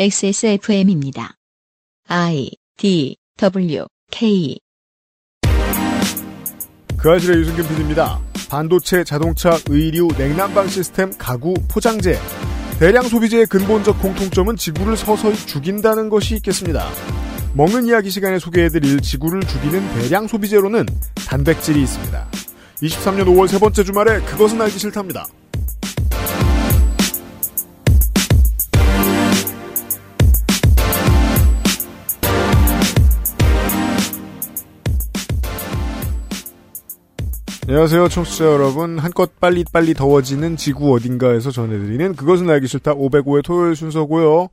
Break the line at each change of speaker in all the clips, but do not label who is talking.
XSFM입니다. I D W K
그 아실의 유승균 PD입니다. 반도체, 자동차, 의류, 냉난방 시스템, 가구, 포장재. 대량 소비재의 근본적 공통점은 지구를 서서히 죽인다는 것이 있겠습니다. 먹는 이야기 시간에 소개해드릴 지구를 죽이는 대량 소비재로는 단백질이 있습니다. 23년 5월 세 번째 주말에 그것은 알기 싫답니다. 안녕하세요, 청취자 여러분. 한껏 빨리빨리 더워지는 지구 어딘가에서 전해드리는 그것은 알기 싫다 505의 토요일 순서고요.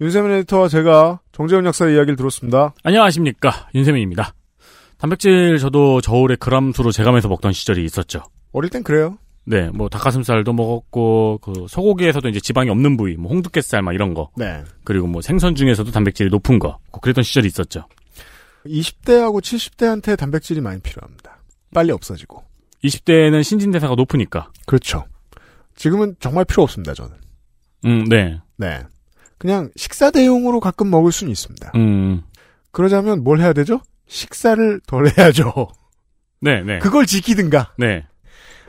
윤세민 에디터와 제가 정재훈 약사의 이야기를 들었습니다.
안녕하십니까 윤세민입니다. 단백질 저도 저울에 그람수로 재감해서 먹던 시절이 있었죠.
어릴 땐 그래요.
네, 뭐 닭가슴살도 먹었고 그 소고기에서도 이제 지방이 없는 부위, 뭐 홍두깨살 막 이런 거,
네.
그리고 뭐 생선 중에서도 단백질이 높은 거, 그랬던 시절이 있었죠.
20대하고 70대한테 단백질이 많이 필요합니다. 빨리 없어지고.
20대에는 신진대사가 높으니까,
그렇죠. 지금은 정말 필요 없습니다, 저는.
음, 네,
네. 그냥 식사 대용으로 가끔 먹을 수는 있습니다.
음,
그러자면 뭘 해야 되죠? 식사를 덜 해야죠.
네, 네,
그걸 지키든가.
네,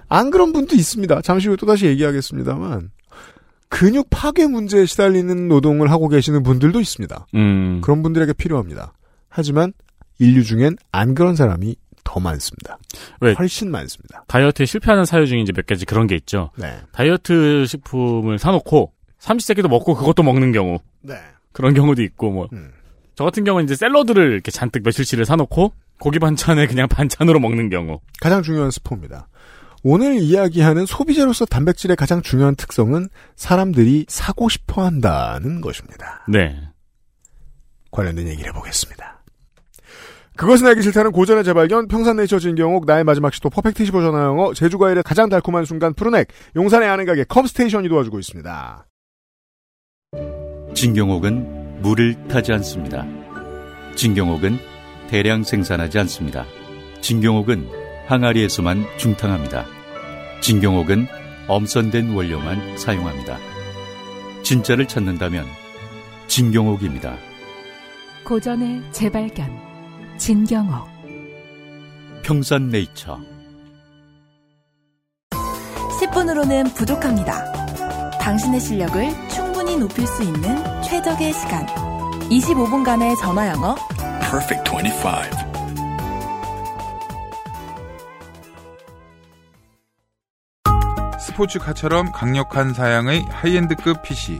안 그런 분도 있습니다. 잠시 후에 또다시 얘기하겠습니다만. 근육 파괴 문제에 시달리는 노동을 하고 계시는 분들도 있습니다.
음,
그런 분들에게 필요합니다. 하지만 인류 중엔 안 그런 사람이 더 많습니다.
왜?
훨씬 많습니다.
다이어트에 실패하는 사유 중에 이제 몇 가지 그런 게 있죠.
네.
다이어트 식품을 사놓고 삼시세끼도 먹고 그것도 먹는 경우,
네.
그런 경우도 있고 뭐
음.
저 같은 경우는 이제 샐러드를 이렇게 잔뜩 며칠치를 사놓고 고기 반찬에 그냥 반찬으로 먹는 경우.
가장 중요한 스포입니다. 오늘 이야기하는 소비자로서 단백질의 가장 중요한 특성은 사람들이 사고 싶어 한다는 것입니다.
네.
관련된 얘기를 해보겠습니다. 그것은 알기 싫다는 고전의 재발견, 평산네이처 진경옥, 나의 마지막 시도, 퍼펙트 15 전화영어, 제주과일의 가장 달콤한 순간, 푸르넥, 용산의 아는 가게, 컴스테이션이 도와주고 있습니다.
진경옥은 물을 타지 않습니다. 진경옥은 대량 생산하지 않습니다. 진경옥은 항아리에서만 중탕합니다. 진경옥은 엄선된 원료만 사용합니다. 진짜를 찾는다면 진경옥입니다.
고전의 재발견 진경옥
평산네이처
10분으로는 부족합니다. 당신의 실력을 충분히 높일 수 있는 최적의 시간. 25분간의 전화 영어.
Perfect 25.
스포츠카처럼 강력한 사양의 하이엔드급 PC.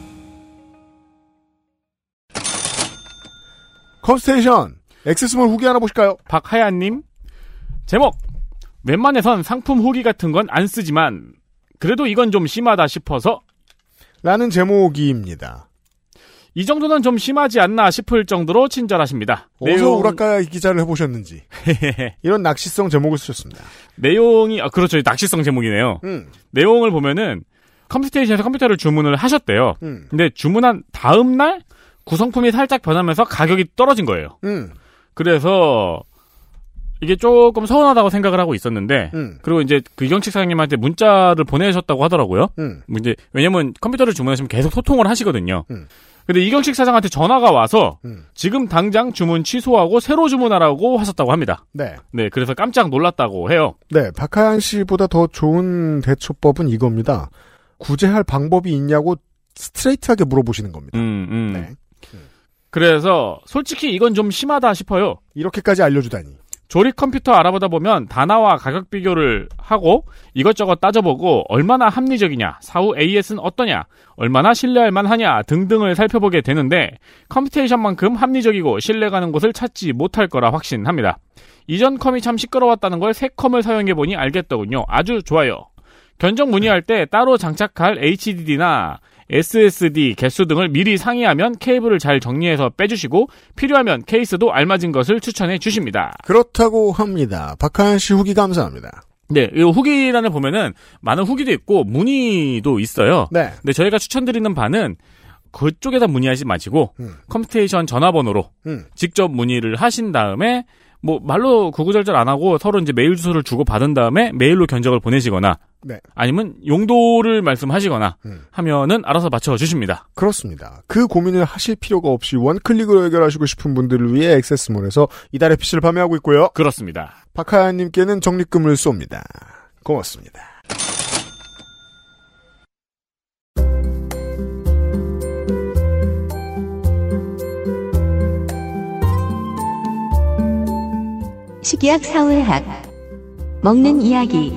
컴스테이션! 액세스몰 후기 하나 보실까요?
박하야님 제목 웬만해선 상품 후기 같은 건 안 쓰지만 그래도 이건 좀 심하다 싶어서
라는 제목입니다.
이 정도는 좀 심하지 않나 싶을 정도로 친절하십니다.
어디서 우라카 기자를 해보셨는지. 이런 낚시성 제목을 쓰셨습니다.
내용이 아 그렇죠 낚시성 제목이네요.
음,
내용을 보면은 컴스테이션에서 컴퓨터를 주문을 하셨대요.
음,
근데 주문한 다음 날 구성품이 살짝 변하면서 가격이 떨어진 거예요.
음,
그래서 이게 조금 서운하다고 생각을 하고 있었는데
음,
그리고 이제 그 이경식 사장님한테 문자를 보내셨다고 하더라고요.
음.
뭐 이제 왜냐면 컴퓨터를 주문하시면 계속 소통을 하시거든요.
음.
근데 이경식 사장한테 전화가 와서
음.
지금 당장 주문 취소하고 새로 주문하라고 하셨다고 합니다.
네.
네, 그래서 깜짝 놀랐다고 해요.
네, 박하연 씨보다 더 좋은 대처법은 이겁니다. 구제할 방법이 있냐고 스트레이트하게 물어보시는 겁니다.
음, 음.
네.
그래서 솔직히 이건 좀 심하다 싶어요.
이렇게까지 알려주다니.
조립 컴퓨터 알아보다 보면 단아와 가격 비교를 하고 이것저것 따져보고 얼마나 합리적이냐, 사후 AS는 어떠냐, 얼마나 신뢰할 만하냐 등등을 살펴보게 되는데 컴퓨테이션만큼 합리적이고 신뢰가는 곳을 찾지 못할 거라 확신합니다. 이전 컴이 참 시끄러웠다는 걸 새 컴을 사용해보니 알겠더군요. 아주 좋아요. 견적 문의할 때 따로 장착할 HDD나 SSD 개수 등을 미리 상의하면 케이블을 잘 정리해서 빼주시고 필요하면 케이스도 알맞은 것을 추천해 주십니다.
그렇다고 합니다. 박하연 씨 후기 감사합니다.
네, 이 후기란을 보면은 많은 후기도 있고 문의도 있어요.
네.
근데 저희가 추천드리는 바는 그쪽에다 문의하지 마시고
음.
컴스테이션 전화번호로
음.
직접 문의를 하신 다음에 뭐 말로 구구절절 안 하고 서로 이제 메일 주소를 주고 받은 다음에 메일로 견적을 보내시거나
네.
아니면 용도를 말씀하시거나
음.
하면은 알아서 맞춰 주십니다.
그렇습니다. 그 고민을 하실 필요가 없이 원클릭으로 해결하시고 싶은 분들을 위해 액세스몰에서 이달의 PC를 판매하고 있고요.
그렇습니다.
박하연님께는 적립금을 쏩니다. 고맙습니다.
식이학 사회학 먹는 이야기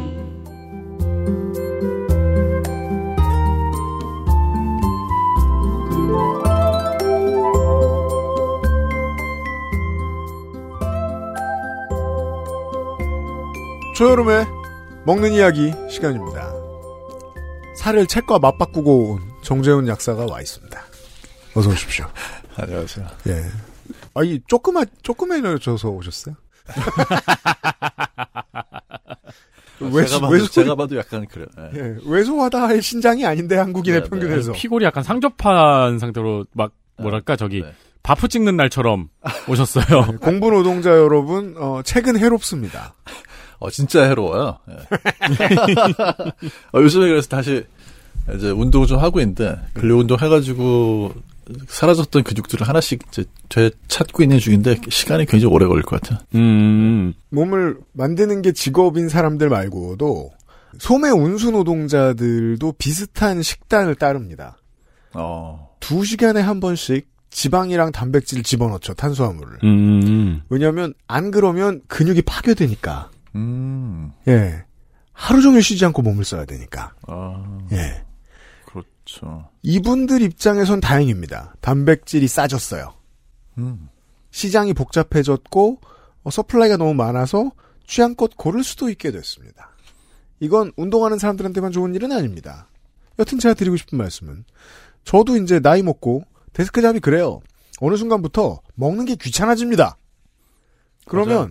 초여름에 먹는 이야기 시간입니다. 살을 책과 맞바꾸고 온 정재훈 약사가 와 있습니다. 어서 오십시오.
안녕하세요.
예. 아이 조그마 조그매져서 오셨어요? 왜
제가,
왜
봐도,
소리-
제가 봐도 약간 그래요. 예.
예, 외소하다의 신장이 아닌데 한국인의
네, 네.
평균에서
피골이 약간 상접한 상태로 막 뭐랄까 저기
네.
바프 찍는 날처럼 오셨어요.
공부 노동자 여러분 어, 책은 해롭습니다.
어, 진짜 해로워요. 예. 어, 요즘에 그래서 다시 이제 운동을 좀 하고 있는데, 근력 운동 해가지고 사라졌던 근육들을 하나씩 이제 되 찾고 있는 중인데, 시간이 굉장히 오래 걸릴 것 같아요.
음.
몸을 만드는 게 직업인 사람들 말고도 소매 운수 노동자들도 비슷한 식단을 따릅니다.
어.
두 시간에 한 번씩 지방이랑 단백질 집어넣죠 탄수화물을.
음.
왜냐하면 안 그러면 근육이 파괴되니까.
음.
예. 하루 종일 쉬지 않고 몸을 써야 되니까.
아,
예.
그렇죠.
이분들 입장에선 다행입니다. 단백질이 싸졌어요.
음.
시장이 복잡해졌고 어, 서플라이가 너무 많아서 취향껏 고를 수도 있게 됐습니다. 이건 운동하는 사람들한테만 좋은 일은 아닙니다. 여튼 제가 드리고 싶은 말씀은 저도 이제 나이 먹고 데스크 잡이 그래요. 어느 순간부터 먹는 게 귀찮아집니다. 그러면
맞아요.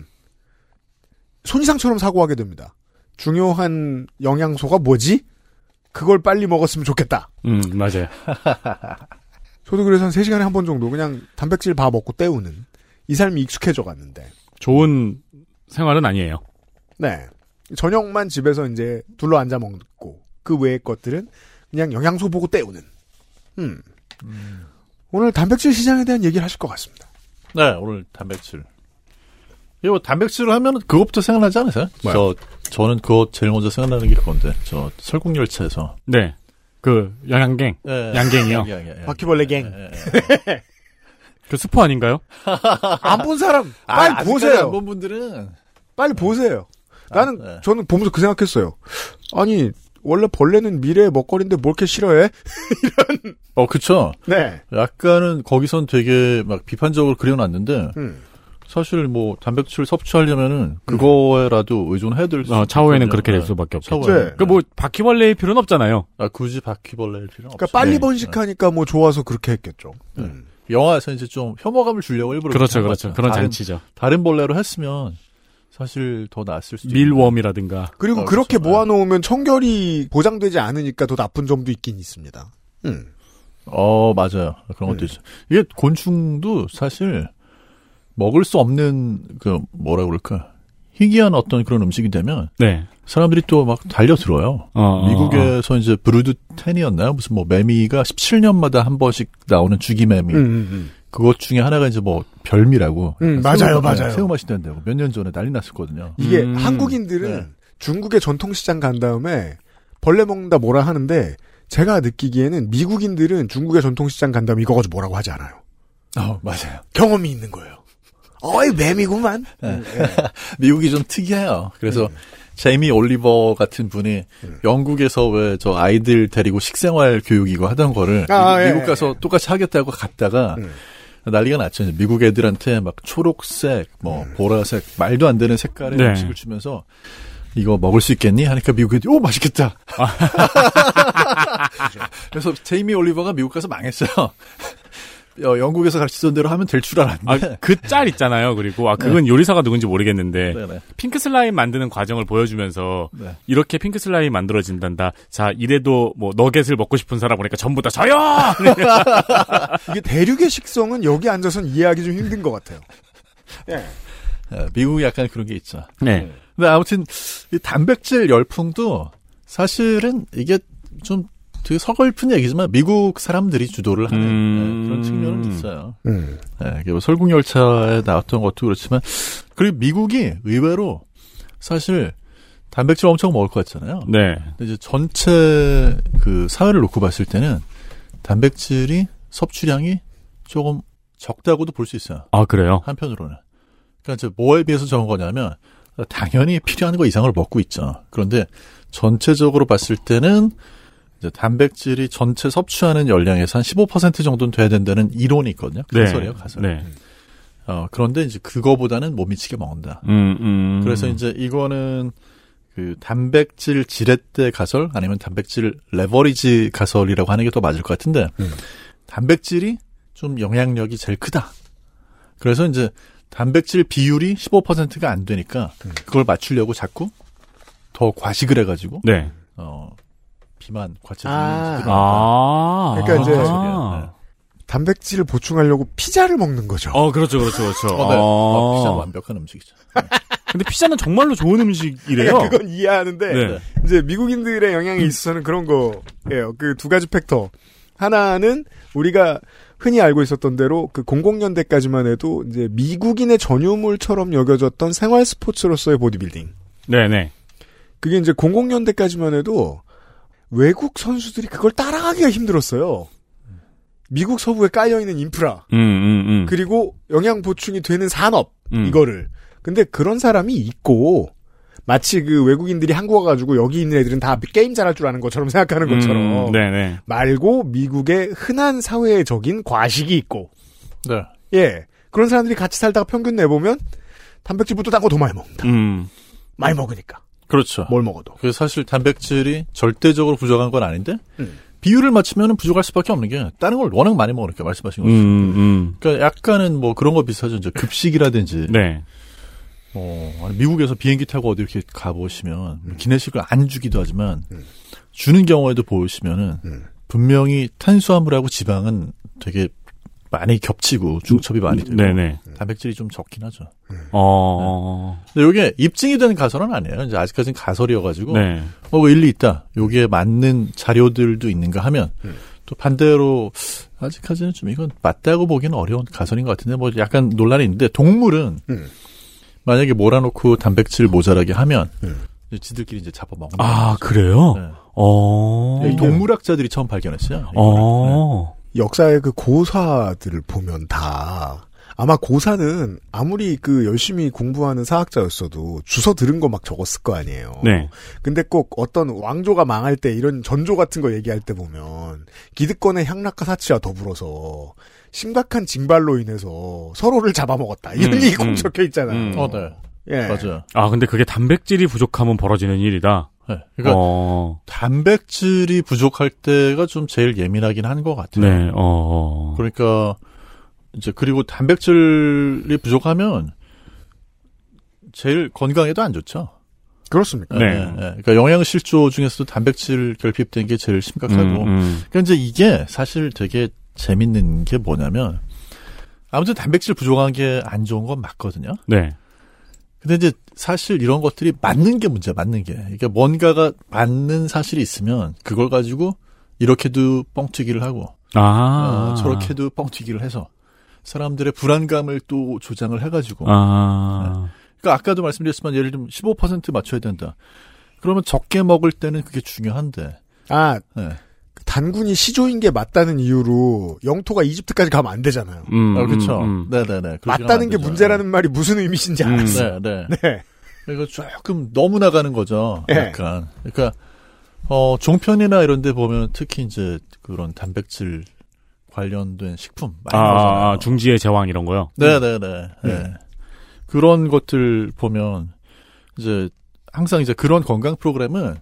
손이상처럼 사고하게 됩니다. 중요한 영양소가 뭐지? 그걸 빨리 먹었으면 좋겠다.
음, 맞아요.
저도 그래서 한 3시간에 한 번 정도 그냥 단백질 밥 먹고 때우는 이 삶이 익숙해져 갔는데.
좋은 생활은 아니에요.
네. 저녁만 집에서 이제 둘러 앉아 먹고 그 외의 것들은 그냥 영양소 보고 때우는. 음. 오늘 단백질 시장에 대한 얘기를 하실 것 같습니다.
네, 오늘 단백질. 이거 단백질을 하면 그것부터 생각나지 않으세요?
뭐요?
저, 저는 그거 제일 먼저 생각나는 게 그건데, 저 설국열차에서.
네. 그 영양갱.
예,
양갱이요?
양갱, 양갱, 양갱.
바퀴벌레 갱.
예, 예, 예.
그 스포 아닌가요?
안 본 사람 빨리
아직까지
보세요.
안본 분들은
빨리 보세요. 나는
네.
저는 보면서 그 생각했어요. 아니 원래 벌레는 미래의 먹거리인데 뭘 이렇게 싫어해?
어 그쵸.
네.
약간은 거기선 되게 막 비판적으로 그려놨는데
음.
사실 뭐 단백질 섭취하려면은 그거에라도 의존해야 될수
어, 차후에는
있거든요.
그렇게 될
네.
수밖에 없죠.
차후에는.
네.
네.
그 뭐 바퀴벌레일 필요는 없잖아요.
아, 굳이 바퀴벌레일 필요 없어.
그러니까 빨리
네.
번식하니까 뭐 좋아서 그렇게 했겠죠. 음.
영화에서 이제 좀 혐오감을 주려고 일부러
그렇죠,
그렇게
그렇죠.
한
그런
거죠. 다른,
장치죠.
다른 벌레로 했으면 사실 더 나았을 수도
밀웜이라든가.
그리고
아,
그렇게
그렇죠.
모아놓으면 청결이 보장되지 않으니까 더 나쁜 점도 있긴 있습니다. 음.
어 맞아요 그런 것도
음.
있어. 요 이게 곤충도 사실 먹을 수 없는 그 뭐라 그럴까 희귀한 어떤 그런 음식이 되면
네.
사람들이 또 막 달려들어요.
어, 어, 어.
미국에서 이제 브루드 텐이었나요? 무슨 뭐 매미가 17년마다 한 번씩 나오는 주기 매미. 그것 중에 하나가 이제 뭐 별미라고.
음, 맞아요,
새우 맛-
맞아요.
네. 새우 맛이 된다고 몇 년 전에 난리 났었거든요.
이게
음.
한국인들은
네.
중국의 전통시장 간 다음에 벌레 먹는다 뭐라 하는데 제가 느끼기에는 미국인들은 중국의 전통시장 간 다음에 이거 가지고 뭐라고 하지 않아요.
어, 맞아요.
경험이 있는 거예요. 어이 매미구만.
미국이 좀 특이해요. 그래서
네.
제이미 올리버 같은 분이 영국에서 왜 저 아이들 데리고 식생활 교육이고 하던 거를
아,
미-
예,
미국
예,
가서 똑같이 하겠다고 갔다가
음.
난리가 났죠. 이제 미국 애들한테 막 초록색, 뭐
네.
보라색, 말도 안 되는 색깔의
네.
음식을 주면서 이거 먹을 수 있겠니? 하니까 미국 애들이 오 맛있겠다. 그래서 제이미 올리버가 미국 가서 망했어요. 어, 영국에서 가르치던 대로 하면 될 줄
아,
알았는데.
그 짤 있잖아요. 그리고 아 그건 요리사가 누군지
아,
모르겠는데
네. 네네.
핑크 슬라임 만드는 과정을 보여주면서
네.
이렇게 핑크 슬라임 만들어진단다. 자 이래도 뭐 너겟을 먹고 싶은 사람 보니까 전부 다 저요.
이게 대륙의 식성은 여기 앉아선 이해하기 좀 힘든 것 같아요.
예, 미국이 약간 그런 게 있죠.
네.
근데 아무튼 이 단백질 열풍도 사실은 이게 좀 되게 서글픈 얘기지만 미국 사람들이 주도를 하는
음.
예, 그런 측면은 있어요.
음.
예, 이게 뭐 설국열차에 나왔던 것도 그렇지만 그리고 미국이 의외로 사실 단백질 엄청 먹을 것 같잖아요.
네.
근데 이제 전체 그 사회를 놓고 봤을 때는 단백질이 섭취량이 조금 적다고도 볼 수 있어요.
아 그래요.
한편으로는. 그러니까 이제 뭐에 비해서 적은 거냐면 당연히 필요한 거 이상을 먹고 있죠. 그런데 전체적으로 봤을 때는 이제 단백질이 전체 섭취하는 열량에서 한 15% 정도는 돼야 된다는 이론이 있거든요. 가설이에요, 가설.
네.
어, 그런데 이제 그거보다는 못 미치게 먹는다.
음, 음.
그래서 이제 이거는 그 단백질 지렛대 가설 아니면 단백질 레버리지 가설이라고 하는 게 더 맞을 것 같은데
음.
단백질이 좀 영향력이 제일 크다. 그래서 이제 단백질 비율이 15%가 안 되니까
음.
그걸 맞추려고 자꾸 더 과식을 해가지고
네.
어 비만 과체중
아.
아.
그러니까 이제-
아.
네.
단백질을 보충하려고 피자를 먹는 거죠.
어 그렇죠 그렇죠 그렇죠.
어, 네.
아.
어, 피자 완벽한 음식이죠. 네.
근데 피자는 정말로 좋은 음식이래요.
그러니까 그건 이해하는데
네.
이제 미국인들의 영향이 있어서는 그런 거예요. 그 두 가지 팩터. 하나는 우리가 흔히 알고 있었던 대로 그 00년대까지만 해도 이제 미국인의 전유물처럼 여겨졌던 생활 스포츠로서의 보디빌딩.
네네.
그게 이제 00년대까지만 해도 외국 선수들이 그걸 따라가기가 힘들었어요. 미국 서부에 깔려 있는 인프라
음, 음, 음.
그리고 영양 보충이 되는 산업
음.
이거를. 근데 그런 사람이 있고 마치 그 외국인들이 한국 와가지고 여기 있는 애들은 다 게임 잘할 줄 아는 것처럼
그
생각하는 것처럼
음, 네네.
말고 미국의 흔한 사회적인 과식이 있고
네.
예 그런 사람들이 같이 살다가 평균 내보면 단백질부터 딴 거 더 많이 먹는다.
음.
많이 먹으니까
그렇죠.
뭘 먹어도.
그 사실 단백질이 절대적으로 부족한 건 아닌데
음.
비율을 맞추면 부족할 수밖에 없는 게 다른 걸 워낙 많이 먹으니까 말씀하신
음,
것처럼
음.
그러니까 약간은 뭐 그런 거 비슷하죠 이제 급식이라든지
네.
어, 아니, 미국에서 비행기 타고 어디 이렇게 가보시면
음.
기내식을 안 주기도 하지만 주는 경우에도 보시면은
음.
분명히 탄수화물하고 지방은 되게 많이
음.
겹치고 중첩이 많이 되고
네네.
단백질이 좀 적긴 하죠.
어.
근데 이게 입증이 된 가설은 아니에요. 이제 아직까지는 가설이어가지고
네.
어, 뭐 일리 있다. 여기에 맞는 자료들도 있는가 하면 또 반대로 아직까지는 좀 이건 맞다고 보기는 어려운 가설인 것 같은데 뭐 약간 논란이 있는데 동물은
음.
만약에 몰아놓고 단백질 모자라게 하면 이제 지들끼리 이제 잡아먹는
아, 그래요? 어.
네. 이 동물학자들이 처음 발견했어요. 이거를.
어.
역사의 그 고사들을 보면 다 아마 고사는 아무리 그 열심히 공부하는 사학자였어도 주서 들은 거 막 적었을 거 아니에요.
네.
근데 꼭 어떤 왕조가 망할 때 이런 전조 같은 거 얘기할 때 보면 기득권의 향락과 사치와 더불어서 심각한 징발로 인해서 서로를 잡아먹었다 이런
음,
얘기
음.
꼭 적혀 있잖아요.
음.
네. 어, 네.
예.
맞아요.
아, 근데 그게 단백질이 부족하면 벌어지는 일이다.
네. 그러니까
어.
단백질이 부족할 때가 좀 제일 예민하긴 한 것 같아요.
네. 어.
그러니까 이제 그리고 단백질이 부족하면 제일 건강에도 안 좋죠.
그렇습니까?
네.
예, 예. 그러니까 영양실조 중에서도 단백질 결핍된 게 제일 심각하고.
음, 음.
그러니까 이제 이게 사실 되게 재밌는 게 뭐냐면 아무튼 단백질 부족한 게 안 좋은 건 맞거든요.
네.
근데 이제 사실 이런 것들이 맞는 게 문제야, 맞는 게. 그러니까 뭔가가 맞는 사실이 있으면 그걸 가지고 이렇게도 뻥튀기를 하고
아.
어, 저렇게도 뻥튀기를 해서 사람들의 불안감을 또 조장을 해가지고
아.
그러니까 아까도 말씀드렸지만 예를 들면 15% 맞춰야 된다. 그러면 적게 먹을 때는 그게 중요한데
아
예.
단군이 시조인 게 맞다는 이유로 영토가 이집트까지 가면 안 되잖아요.
음.
아, 그렇죠.
음, 음.
네네네. 그렇게 하면
맞다는
안
게
되죠.
문제라는 말이 무슨 의미인지
음.
알았어.
네, 네.
네.
그러니까 조금 너무 나가는 거죠.
예.
약간. 그러니까 어 종편이나 이런 데 보면 특히 이제 그런 단백질 관련된 식품 많이
아,
나오잖아요.
아, 중지의 제왕 이런 거요?
네네네. 예. 그런 것들 보면 이제 항상 이제 그런 건강 프로그램은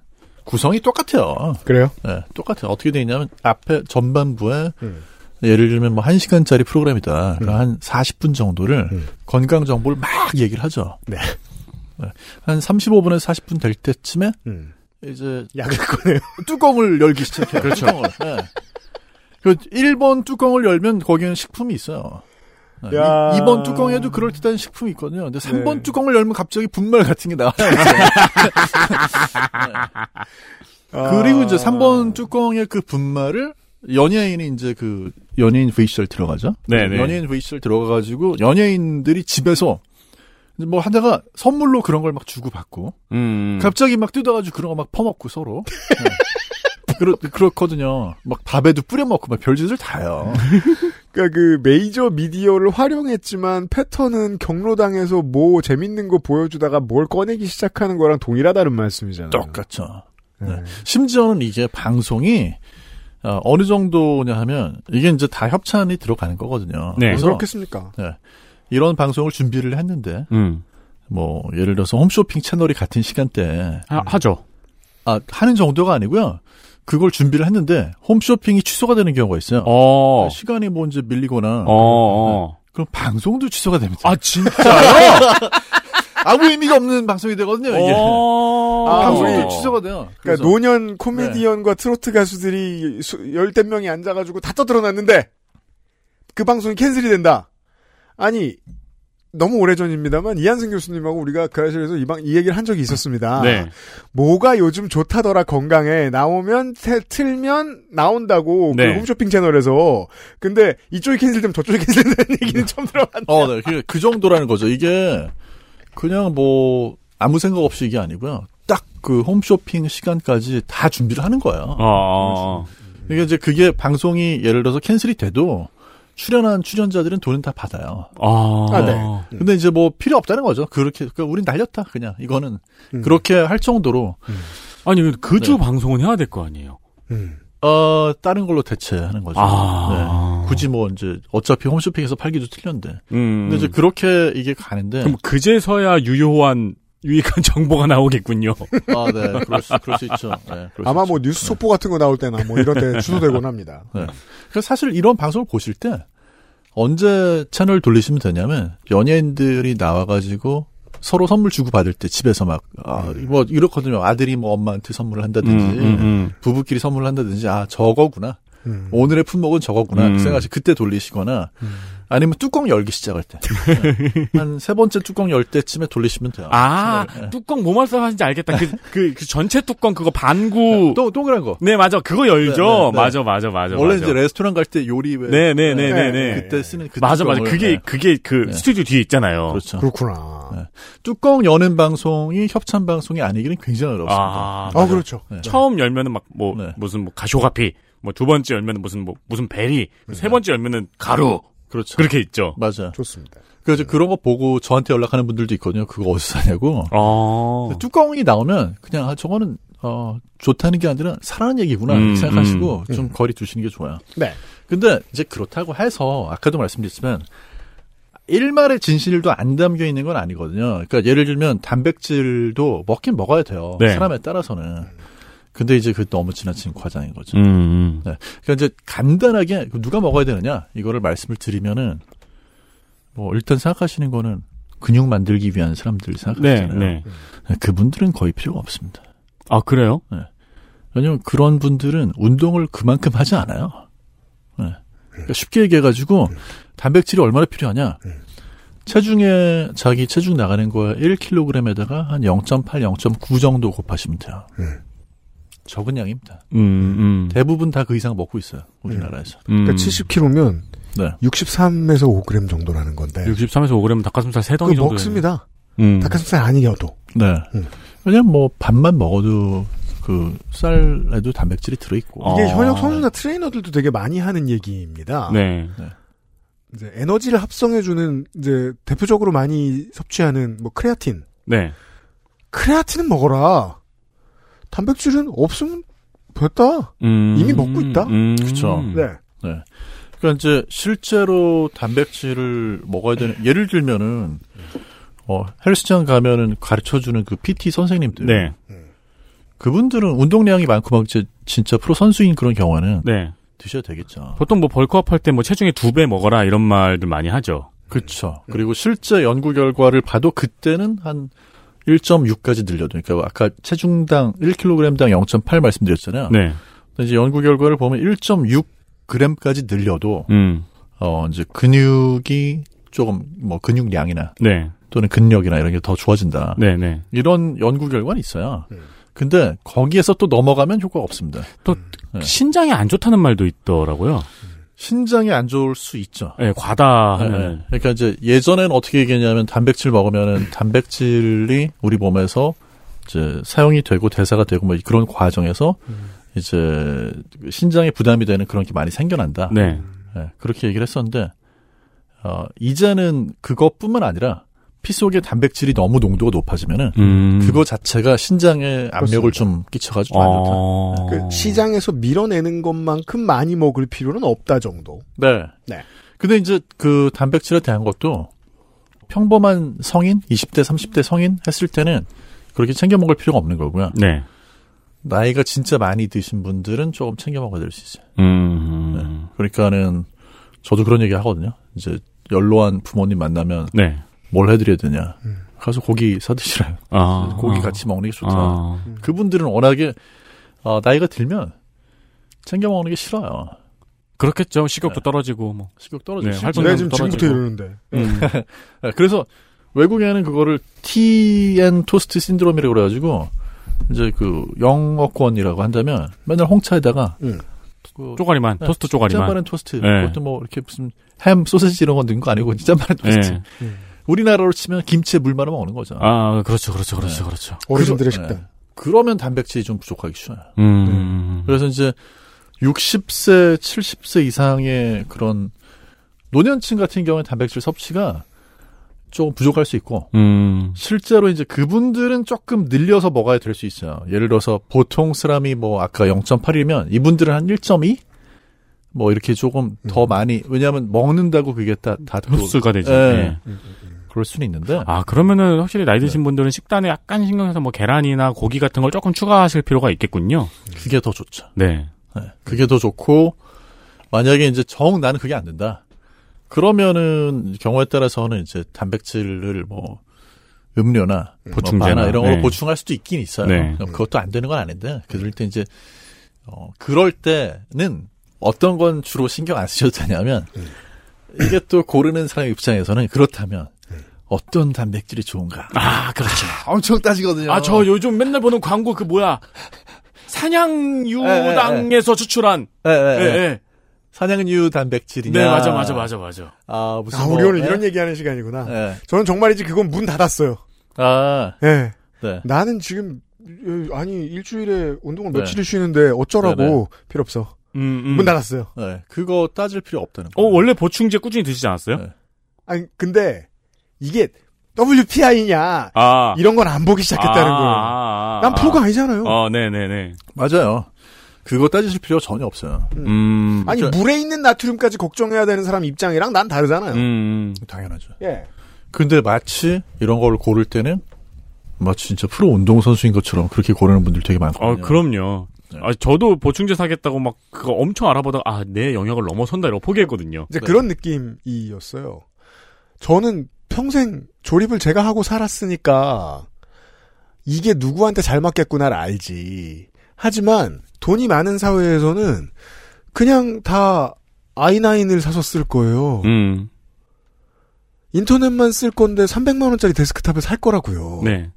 구성이 똑같아요.
그래요?
예, 똑같아요. 어떻게 돼 있냐면 앞에 전반부에
음.
예를 들면 뭐 1시간짜리 프로그램이다. 그럼
음.
한 40분 정도를
음.
건강 정보를 막 얘기를 하죠.
네.
예, 한 35분에서 40분 될 때쯤에
음.
이제
약을 꺼내요.
뚜껑을 열기 시작해요. 그렇죠. 뚜껑을. 예. 그 1번 뚜껑을 열면 거기는 식품이 있어요. 예,
야.
이 2번 뚜껑에도 그럴듯한 식품이 있거든요. 근데 3번
네.
뚜껑을 열면 갑자기 분말 같은 게 나와요.
아.
그리고 이제 3번 뚜껑의 그 분말을 연예인이 이제 그 연예인 VCR 들어가죠.
네네.
연예인 VCR 들어가가지고 연예인들이 집에서 이제 뭐 하다가 선물로 그런 걸 막 주고 받고
음.
갑자기 막 뜯어가지고 그런 거 막 퍼먹고 서로. 네. 그렇 그렇거든요. 막 밥에도 뿌려 먹고 막 별짓을 다요.
음.
그러니까 그 메이저 미디어를 활용했지만 패턴은 경로당에서 뭐 재밌는 거 보여주다가 뭘 꺼내기 시작하는 거랑 동일하다는 말씀이잖아요.
똑같죠. 네. 심지어는 이게 방송이 어, 어느 정도냐 하면 이게 이제 다 협찬이 들어가는 거거든요.
네.
그래서
그렇겠습니까?
이런 방송을 준비를 했는데
음.
뭐 예를 들어서 홈쇼핑 채널이 같은 시간대에
하, 하죠.
아 하는 정도가 아니고요. 그걸 준비를 했는데 홈쇼핑이 취소가 되는 경우가 있어요.
어.
시간이 뭐 이제 밀리거나
어, 어.
그럼 방송도 취소가 됩니다.
아, 진짜?
아, 무 의미가 없는 방송이 되거든요. 이게.
어.
아,
방송도
우리
취소가 돼요.
그러니까
그래서 네.
노년 코미디언과 트로트 가수들이 수- 열댓 명이 앉아가지고 다 떠들어놨는데 그 방송이 캔슬이 된다. 아니 너무 오래 전입니다만 이한승 교수님하고 우리가 그 사실에서 이, 방, 이 얘기를 한 적이 있었습니다.
네.
뭐가 요즘 좋다더라 건강에 나오면 태- 틀면 나온다고
네.
그 홈쇼핑 채널에서 근데 이쪽이 캔슬되면 저쪽이 캔슬되는 얘기는 처음 들어봤네.
어, 네. 그, 그 정도라는 거죠. 이게 그냥 뭐 아무 생각 없이 이게 아니고요. 딱 그 홈쇼핑 시간까지 다 준비를 하는 거예요.
어, 어.
그러니까 이제 그게 방송이 예를 들어서 캔슬이 돼도 출연한 출연자들은 돈은 다 받아요.
어.
아, 네.
근데 이제 뭐 필요 없다는 거죠. 그렇게 그러니까 우린 날렸다 그냥 이거는
음.
그렇게 할 정도로
아니, 그 주
네.
방송은 해야 될 거 아니에요?
음.
어 다른 걸로 대체하는 거죠.
아.
그렇죠. 네. 굳이 뭐 이제 어차피 홈쇼핑에서 팔기도 틀렸는데.
음.
근데 이제 그렇게 이게 가는데
그럼 그제서야 유효한 유익한 정보가 나오겠군요.
아, 네. 그럴 수, 그럴 수 있죠. 네, 그럴 수
아마
있죠.
뭐 뉴스 속보 같은 거 나올 때나 뭐 이런 때 취소되곤 합니다.
그래서 사실 이런 방송을 보실 때 언제 채널 돌리시면 되냐면 연예인들이 나와가지고 서로 선물 주고 받을 때 집에서 막 뭐 이렇거든요. 아들이 뭐 엄마한테 선물을
음,
한다든지 부부끼리 선물을 한다든지 아 저거구나.
음.
오늘의 품목은 저거구나
음.
생각하시 그때 돌리시거나 아니면 뚜껑 열기 시작할 때 한 세 번째 뚜껑 열 때쯤에 돌리시면 돼요.
아,
채널을. 네.
뚜껑 뭐 말씀하신지 알겠다. 그, 그, 그 전체 뚜껑 그거 반구.
동- 동그란 거.
네, 맞아. 그거 열죠.
네, 네, 네.
맞아, 맞아, 맞아.
원래
맞아.
이제 레스토랑 갈 때 요리 왜
네, 네, 네,
네,
네, 네.
그때 쓰는 그
맞아, 맞아.
뚜껑을,
그게,
네.
그게 그
네.
스튜디오 뒤에 있잖아요.
그렇죠.
그렇구나.
네. 뚜껑 여는 방송이 협찬 방송이 아니기는 굉장히 어렵습니다.
아,
아
맞아.
그렇죠.
네.
처음 열면은 막 뭐
네.
무슨 뭐 가쇼가피, 뭐 두 번째 열면은 무슨 뭐 무슨 베리, 세 번째 열면은 가루
그렇죠.
그렇게 있죠.
맞아요.
좋습니다.
그래서 그런 거 보고 저한테 연락하는 분들도 있거든요. 그거 어디서 사냐고.
어.
근데 뚜껑이 나오면 그냥 아 저거는 어 좋다는 게 아니라 사라는 얘기구나
음,
생각하시고 좀 거리 두시는 게 좋아요.
네.
근데 이제 그렇다고 해서 아까도 말씀드렸지만 일말의 진실도 안 담겨 있는 건 아니거든요. 그러니까 예를 들면 단백질도 먹긴 먹어야 돼요.
네.
사람에 따라서는. 근데 이제 그 너무 지나친 과장인 거죠.
음.
그러니까 이제 간단하게 누가 먹어야 되느냐 이거를 말씀을 드리면은 뭐 일단 생각하시는 거는 근육 만들기 위한 사람들
네,
생각하잖아요.
네.
그분들은 거의 필요가 없습니다.
아, 그래요?
왜냐면 그런 분들은 운동을 그만큼 하지 않아요. 네. 그러니까 쉽게 얘기해가지고 단백질이 얼마나 필요하냐. 체중에 자기 체중 나가는 거에 1kg에다가 한 0.8, 0.9 정도 곱하시면 돼요.
음.
적은 양입니다.
음, 음.
대부분 다 그 이상 먹고 있어요. 우리나라에서.
음.
그러니까 70kg면
네.
63에서 5g 정도라는 건데
63에서 5g 닭가슴살 세
그
덩이 정도.
먹습니다.
음.
닭가슴살 아니어도
네.
음.
왜냐면 뭐 밥만 먹어도 그 쌀에도 단백질이 들어있고.
어.
이게 현역 선수나 트레이너들도 되게 많이 하는 얘기입니다.
네.
이제 에너지를 합성해주는 이제 대표적으로 많이 섭취하는 뭐 크레아틴,
네.
크레아틴은 먹어라. 단백질은 없으면 됐다.
음.
이미 먹고 있다?
음.
그쵸.
네,
그러니까 이제 실제로 단백질을 먹어야
네.
되는 예를 들면은 어 헬스장 가면은 가르쳐 주는 그 PT 선생님들
네.
그분들은 운동량이 많고 막 이제 진짜 프로 선수인 그런 경우에는
네.
드셔도 되겠죠.
보통 뭐 벌크업 할 때 뭐 체중의 두 배 먹어라 이런 말들 많이 하죠.
그렇죠.
네.
그리고 실제 연구 결과를 봐도 그때는 한 1.6까지 늘려도 그러니까 아까 체중당 1kg당 0.8 말씀드렸잖아요.
네.
근데 이제 연구 결과를 보면 1.6g까지 늘려도
음.
어 이제 근육이 조금 뭐 근육량이나
네.
또는 근력이나 이런 게 더 좋아진다.
네, 네.
이런 연구 결과는 있어요. 근데 거기에서 또 넘어가면 효과가 없습니다. 네.
신장이 안 좋다는 말도 있더라고요.
신장이 안 좋을 수 있죠.
예, 과다하면
네. 그러니까 이제 예전엔 어떻게 얘기했냐면 단백질 먹으면은 단백질이 우리 몸에서 이제 사용이 되고 대사가 되고 뭐 그런 과정에서 이제 신장에 부담이 되는 그런 게 많이 생겨난다.
네.
예, 그렇게 얘기를 했었는데 어, 이제는 그것뿐만 아니라 피 속에 단백질이 너무 농도가 높아지면은
음.
그거 자체가 신장에 압력을 좀 끼쳐가지고 안 좋다.
어.
그 시장에서 밀어내는 것만큼 많이 먹을 필요는 없다 정도.
네.
네.
근데 이제 그 단백질에 대한 것도 평범한 성인, 20대, 30대 성인 했을 때는 그렇게 챙겨 먹을 필요가 없는 거고요.
네.
나이가 진짜 많이 드신 분들은 조금 챙겨 먹어야 될 수 있어요.
음.
그러니까는 저도 그런 얘기 하거든요. 이제 연로한 부모님 만나면
네.
뭘 해드려야 되냐. 가서 고기 사드시라요.
음. 아.
고기 같이 먹는 게 좋다.
아.
그분들은 워낙에 어, 나이가 들면 챙겨 먹는 게 싫어요.
그렇겠죠. 식욕도 떨어지고 뭐.
식욕 떨어지고
네,
싫죠.
활동량
내가 지금
떨어지고.
지금부터 이러는데.
음.
네, 그래서 외국에는 그거를 TN 토스트 신드롬이라고 그래가지고 이제 그 영어권이라고 한다면 맨날 홍차에다가
음.
그
쪼가리만
네,
예. 토스트 쪼가리만.
짠바른 토스트
네.
그것도 뭐 이렇게 무슨 햄 소시지 이런 거 넣은 거 아니고 짠바른
예.
토스트 우리나라로 치면 김치에 물 말아 먹는 거죠
아, 그렇죠. 그렇죠. 그렇죠. 그렇죠.
어르신들의
그래서-
식단. 아,
그러면 단백질이 좀 부족하기 쉬워요
음.
그래서 이제 60세 70세 이상의 그런 노년층 같은 경우에 단백질 섭취가 조금 부족할 수 있고
음.
실제로 이제 그분들은 조금 늘려서 먹어야 될 수 있어요. 예를 들어서 보통 사람이 뭐 아까 0.8이면 이분들은 한 1.2? 뭐 이렇게 조금 더 많이 왜냐하면 먹는다고 그게 다다
흡수가 되죠.
예.
예.
그럴 수는 있는데
음. 아, 그러면은 확실히 나이
네.
드신 분들은 식단에 약간 신경 써서 뭐 계란이나 고기 같은 걸 조금 추가하실 필요가 있겠군요.
그게 더 좋죠.
네.
예. 그게 더 좋고 만약에 이제 정 나는 그게 안 된다. 그러면은 경우에 따라서는 이제 단백질을 뭐 음료나
보충제나,
나 이런 걸로
네.
보충할 수도 있긴 있어요.
네.
그것도 안 되는 건 아닌데 그럴 때 이제 어 그럴 때는 어떤 건 주로 신경 안 쓰셔도 되냐면
음.
이게 또 고르는 사람 입장에서는 그렇다면 어떤 단백질이 좋은가
아, 그렇죠.
엄청 따지거든요.
아, 저 요즘 맨날 보는 광고 그 뭐야. 산양유당에서 추출한.
예,
예,
예, 예.
예.
산양류
예.
단백질이냐?
네, 맞아, 맞아, 맞아, 맞아.
아 무슨
아,
뭐-
우리 오늘
예?
이런 얘기하는 시간이구나.
예.
저는 정말이지 그건 문 닫았어요.
아,
예.
네.
나는 지금 에, 아니 일주일에 운동을
네.
며칠을 쉬는데 어쩌라고
네, 네.
필요 없어.
음, 음.
문 닫았어요.
네, 그거 따질 필요 없다는
어,
거.
원래 보충제 꾸준히 드시지 않았어요?
예.
네.
아니 근데 이게 WPI냐
아.
이런 건 안 보기 시작했다는
아,
거예요.
아, 아,
난
아.
프로가 아니잖아요.
어, 네네네.
맞아요. 그거 따지실 필요 전혀 없어요.
음.
아니
저-
물에 있는 나트륨까지 걱정해야 되는 사람 입장이랑 난 다르잖아요.
음.
당연하죠.
예.
근데 마치 이런 걸 고를 때는 마치 진짜 프로 운동 선수인 것처럼 그렇게 고르는 분들 되게
어,
네.
많거든요.
그럼요. 아, 저도 보충제 사겠다고 막 그거 엄청 알아보다가 아, 내 영역을 넘어선다 이러고 포기했거든요.
이제
네.
그런 느낌이었어요. 저는 평생 조립을 제가 하고 살았으니까 이게 누구한테 잘 맞겠구나를 알지. 하지만 돈이 많은 사회에서는 그냥 다 i9을 사서 쓸 거예요.
음.
인터넷만 쓸 건데 300만 원짜리 데스크탑을 살 거라고요.
네.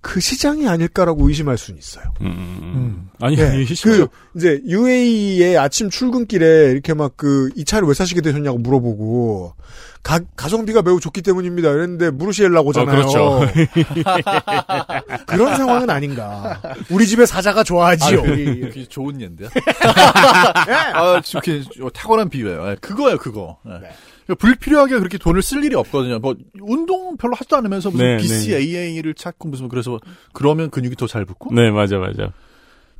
그 시장이 아닐까라고 의심할 수는 있어요.
음. 음. 아니,
예,
실제로-
그 이제 UAE의 아침 출근길에 이렇게 막 그 이 차를 왜 사시게 되셨냐고 물어보고 가, 가성비가 매우 좋기 때문입니다. 이랬는데 물으시려고 오잖아요.
어,
그런 상황은 아닌가. 우리 집에 사자가 좋아하지요.
그게 좋은 예인데요. 네. 아, 좋게 탁월한 비유예요. 예, 그거예요, 그거. 예. 그러니까 불필요하게 그렇게 돈을 쓸 일이 없거든요. 뭐 운동 별로 하지도 않으면서 무슨
네,
BCAA를 찾고 무슨 그래서 그러면 근육이 더 잘 붙고
네, 맞아, 맞아.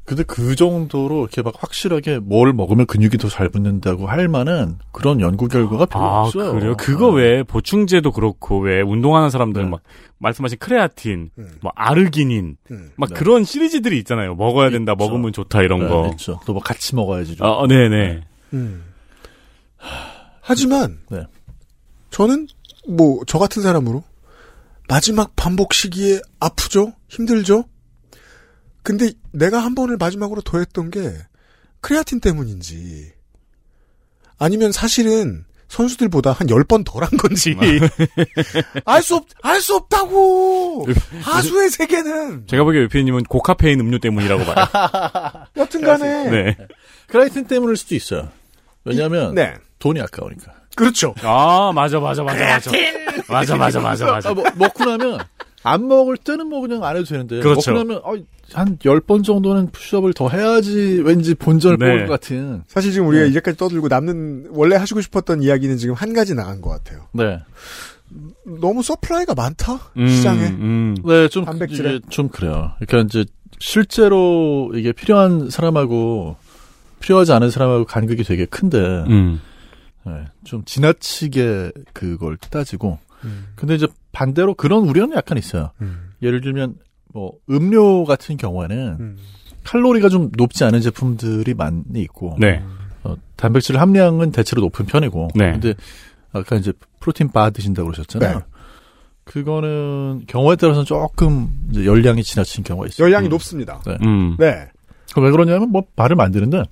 근데 그 정도로 이렇게 막 확실하게 뭘 먹으면 근육이 더 잘 붙는다고 할 만한 그런 연구 결과가 별로
아,
없어요.
그래요? 그거
네.
왜 보충제도 그렇고 왜 운동하는 사람들
네.
막 말씀하신 크레아틴, 뭐 아르기닌,
음.
막
네.
그런 시리즈들이 있잖아요. 먹어야 된다,
있죠.
먹으면 좋다 이런
네,
거.
그렇죠. 또뭐 같이 먹어야지. 좀.
아, 어, 네네.
음. 하지만
네.
저는 뭐 저 같은 사람으로 마지막 반복 시기에 아프죠, 힘들죠. 근데 내가 한 번을 마지막으로 더 했던 게 크레아틴 때문인지 아니면 사실은 선수들보다 한 10번 덜 한 건지 알 수 없, 알 수 없다고 하수의 세계는
제가 보기에 유피님은 고카페인 음료 때문이라고 봐요.
여튼간에
네.
크라이틴 때문일 수도 있어요. 왜냐하면
네.
돈이 아까우니까.
그렇죠.
아, 맞아, 맞아, 맞아, 맞아. 맞아, 맞아, 맞아, 맞아.
아, 뭐- 먹고 나면 안 먹을 때는 뭐 그냥 안 해도 되는데
그렇죠.
먹고 나면 어, 한 열 번 정도는 푸시업을 더 해야지 왠지 본전을
네.
뽑을 것 같은.
사실 지금 우리가 이제까지 떠들고 남는 원래 하시고 싶었던 이야기는 지금 한 가지 나간 것 같아요.
네.
너무 서플라이가 많다
음,
시장에
음.
네, 좀
단백질에.
이게 좀 그래요. 그러니까 이제 실제로 이게 필요한 사람하고 필요하지 않은 사람하고 간극이 되게 큰데
음.
네, 좀 지나치게 그걸 따지고.
음.
근데 이제 반대로 그런 우려는 약간 있어요. 예를 들면 뭐 음료 같은 경우에는
음.
칼로리가 좀 높지 않은 제품들이 많이 있고
네.
어, 단백질 함량은 대체로 높은 편이고.
네.
근데 아까 이제 프로틴 바 드신다고 그러셨잖아요.
네.
그거는 경우에 따라서는 조금 이제 열량이 지나친 경우가 있어요.
열량이
음.
높습니다.
음.
네,
그럼 왜 그러냐면 뭐 바를 만드는데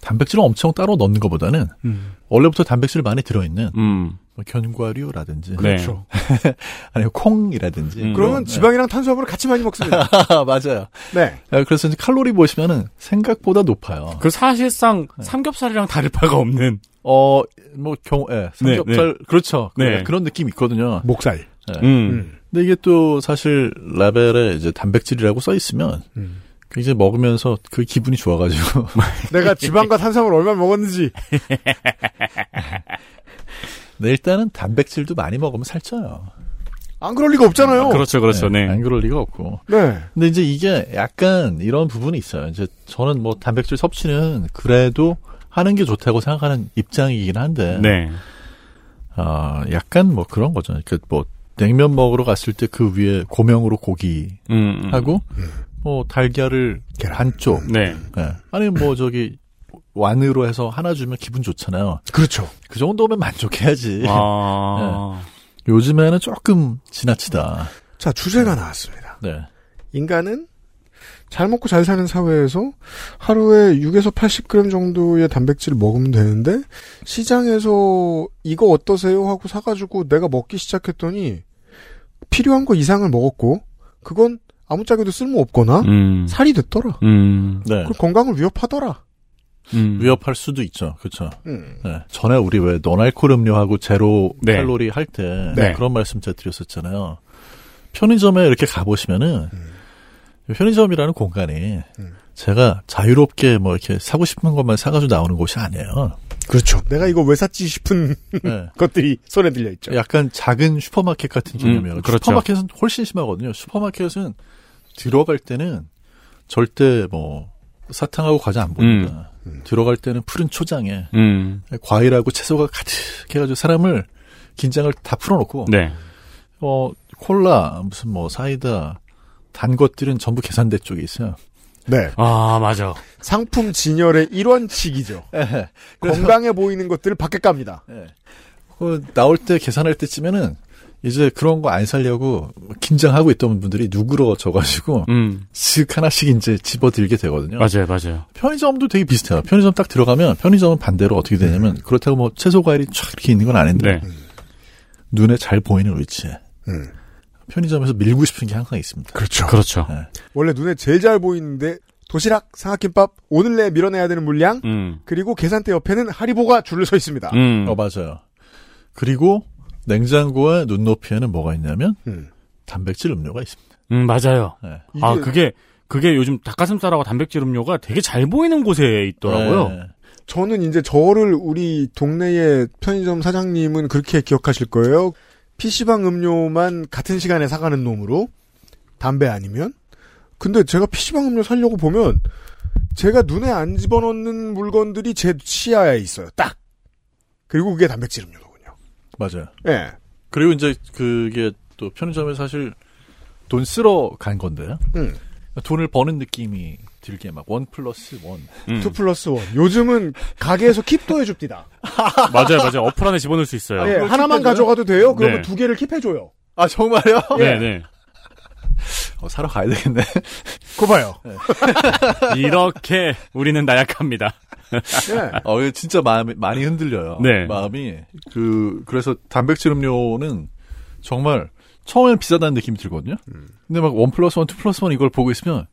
단백질을 엄청 따로 넣는 것보다는
음.
원래부터 단백질 많이 들어있는
음.
뭐 견과류라든지
네.
그렇죠.
아니면 콩이라든지
음.
그러면
네.
지방이랑 탄수화물을 같이 많이 먹습니다.
맞아요.
네,
네, 그래서 이제 칼로리 보시면은 생각보다 높아요.
그 사실상 삼겹살이랑 다를 바가 없는.
어, 뭐 경우, 예, 삼겹살 그렇죠.
네.
그런 느낌 이 있거든요.
목살.
음.
음.
근데 이게 또 사실 라벨에 이제 단백질이라고 써 있으면
음.
그 이제 먹으면서 그 기분이 좋아가지고
내가 지방과 탄수화물 얼마나 먹었는지
네, 일단은 단백질도 많이 먹으면 살쪄요.
안 그럴 리가 없잖아요.
그렇죠, 그렇죠. 네.
안 그럴 리가 없고.
네,
근데 이제 이게 약간 이런 부분이 있어요. 이제 저는 뭐 단백질 섭취는 그래도 하는 게 좋다고 생각하는 입장이긴 한데,
네.
어, 약간 뭐 그런 거죠. 그뭐 냉면 먹으러 갔을 때 그 위에 고명으로 고기
음. 음.
하고 뭐 달걀을 한쪽,
네.
예. 아니 뭐 저기 완으로 해서 하나 주면 기분 좋잖아요.
그렇죠.
그 정도면 만족해야지.
아.
요즘에는 조금 지나치다.
자 주제가 나왔습니다.
네.
인간은 잘 먹고 잘 사는 사회에서 하루에 6에서 80g 정도의 단백질을 먹으면 되는데 시장에서 이거 어떠세요 하고 사가지고 내가 먹기 시작했더니 필요한 거 이상을 먹었고 그건 아무짝에도 쓸모 없거나
음.
살이 됐더라.
음.
네.
그 건강을 위협하더라.
음.
위협할 수도 있죠. 그렇죠.
음.
네. 전에 우리 왜 논알코올 음료하고 제로
네.
칼로리 할 때
네.
그런 말씀 제가 드렸었잖아요. 편의점에 이렇게 가보시면은
음.
편의점이라는 공간이 제가 자유롭게 뭐 이렇게 사고 싶은 것만 사가지고 나오는 곳이 아니에요.
그렇죠. 내가 이거 왜 샀지 싶은
네.
것들이 손에 들려 있죠.
약간 작은 슈퍼마켓 같은 개념이에요.
음, 그렇죠.
슈퍼마켓은 훨씬 심하거든요. 슈퍼마켓은 들어갈 때는 절대 뭐 사탕하고 과자 안 봅니다. 들어갈 때는 푸른 초장에
음.
과일하고 채소가 가득 해가지고 사람을 긴장을 다 풀어놓고
네.
어 콜라 무슨 뭐 사이다 단 것들은 전부 계산대 쪽에 있어요.
네.
아, 맞아.
상품 진열의 일원칙이죠.
예.
건강해 보이는 것들을 밖에 깝니다.
그 나올 때 계산할 때쯤에는 이제 그런 거 안 살려고 긴장하고 있던 분들이 누그러져가지고
음.
슥 하나씩 이제 집어들게 되거든요.
맞아요, 맞아요.
편의점도 되게 비슷해요. 편의점 딱 들어가면 편의점은 반대로 어떻게 되냐면 그렇다고 뭐 채소 과일이 쫙 이렇게 있는 건 아닌데
네.
눈에 잘 보이는 위치에
음.
편의점에서 밀고 싶은 게 항상 있습니다.
그렇죠.
그렇죠.
원래 눈에 제일 잘 보이는데 도시락, 삼각김밥 오늘 내에 밀어내야 되는 물량
음.
그리고 계산대 옆에는 하리보가 줄을 서 있습니다.
음.
어 맞아요. 그리고 냉장고와 눈높이에는 뭐가 있냐면
음.
단백질 음료가 있습니다.
음, 맞아요.
네.
아,
이게-
그게, 그게 요즘 닭가슴살하고 단백질 음료가 되게 잘 보이는 곳에 있더라고요.
네.
저는 이제 저를 우리 동네의 편의점 사장님은 그렇게 기억하실 거예요. PC방 음료만 같은 시간에 사가는 놈으로 담배 아니면 근데 제가 PC방 음료 사려고 보면 제가 눈에 안 집어넣는 물건들이 제 치아에 있어요. 딱. 그리고 그게 단백질 음료더군요.
맞아요.
예.
그리고 이제 그게 또 편의점에 사실 돈 쓰러 간 건데요.
음.
돈을 버는 느낌이 들게 막 원 플러스 원.
음.
2 플러스 1. 요즘은 가게에서 킵도 해줍디다.
맞아요, 맞아요. 어플 안에 집어넣을 수 있어요.
예,
그걸
하나만
킵해줘요?
가져가도 돼요? 그러면
네.
두 개를 킵해줘요.
아 정말요?
네, 네.
어, 사러 가야 되겠네.
그거 봐요.
이렇게 우리는 나약합니다.
예.
어 이게 진짜 마음이 많이 흔들려요.
네.
마음이 그 그래서 단백질 음료는 정말 처음엔 비싸다는 느낌이 들거든요. 근데 막 원 플러스 원, 투 플러스 원 이걸 보고 있으면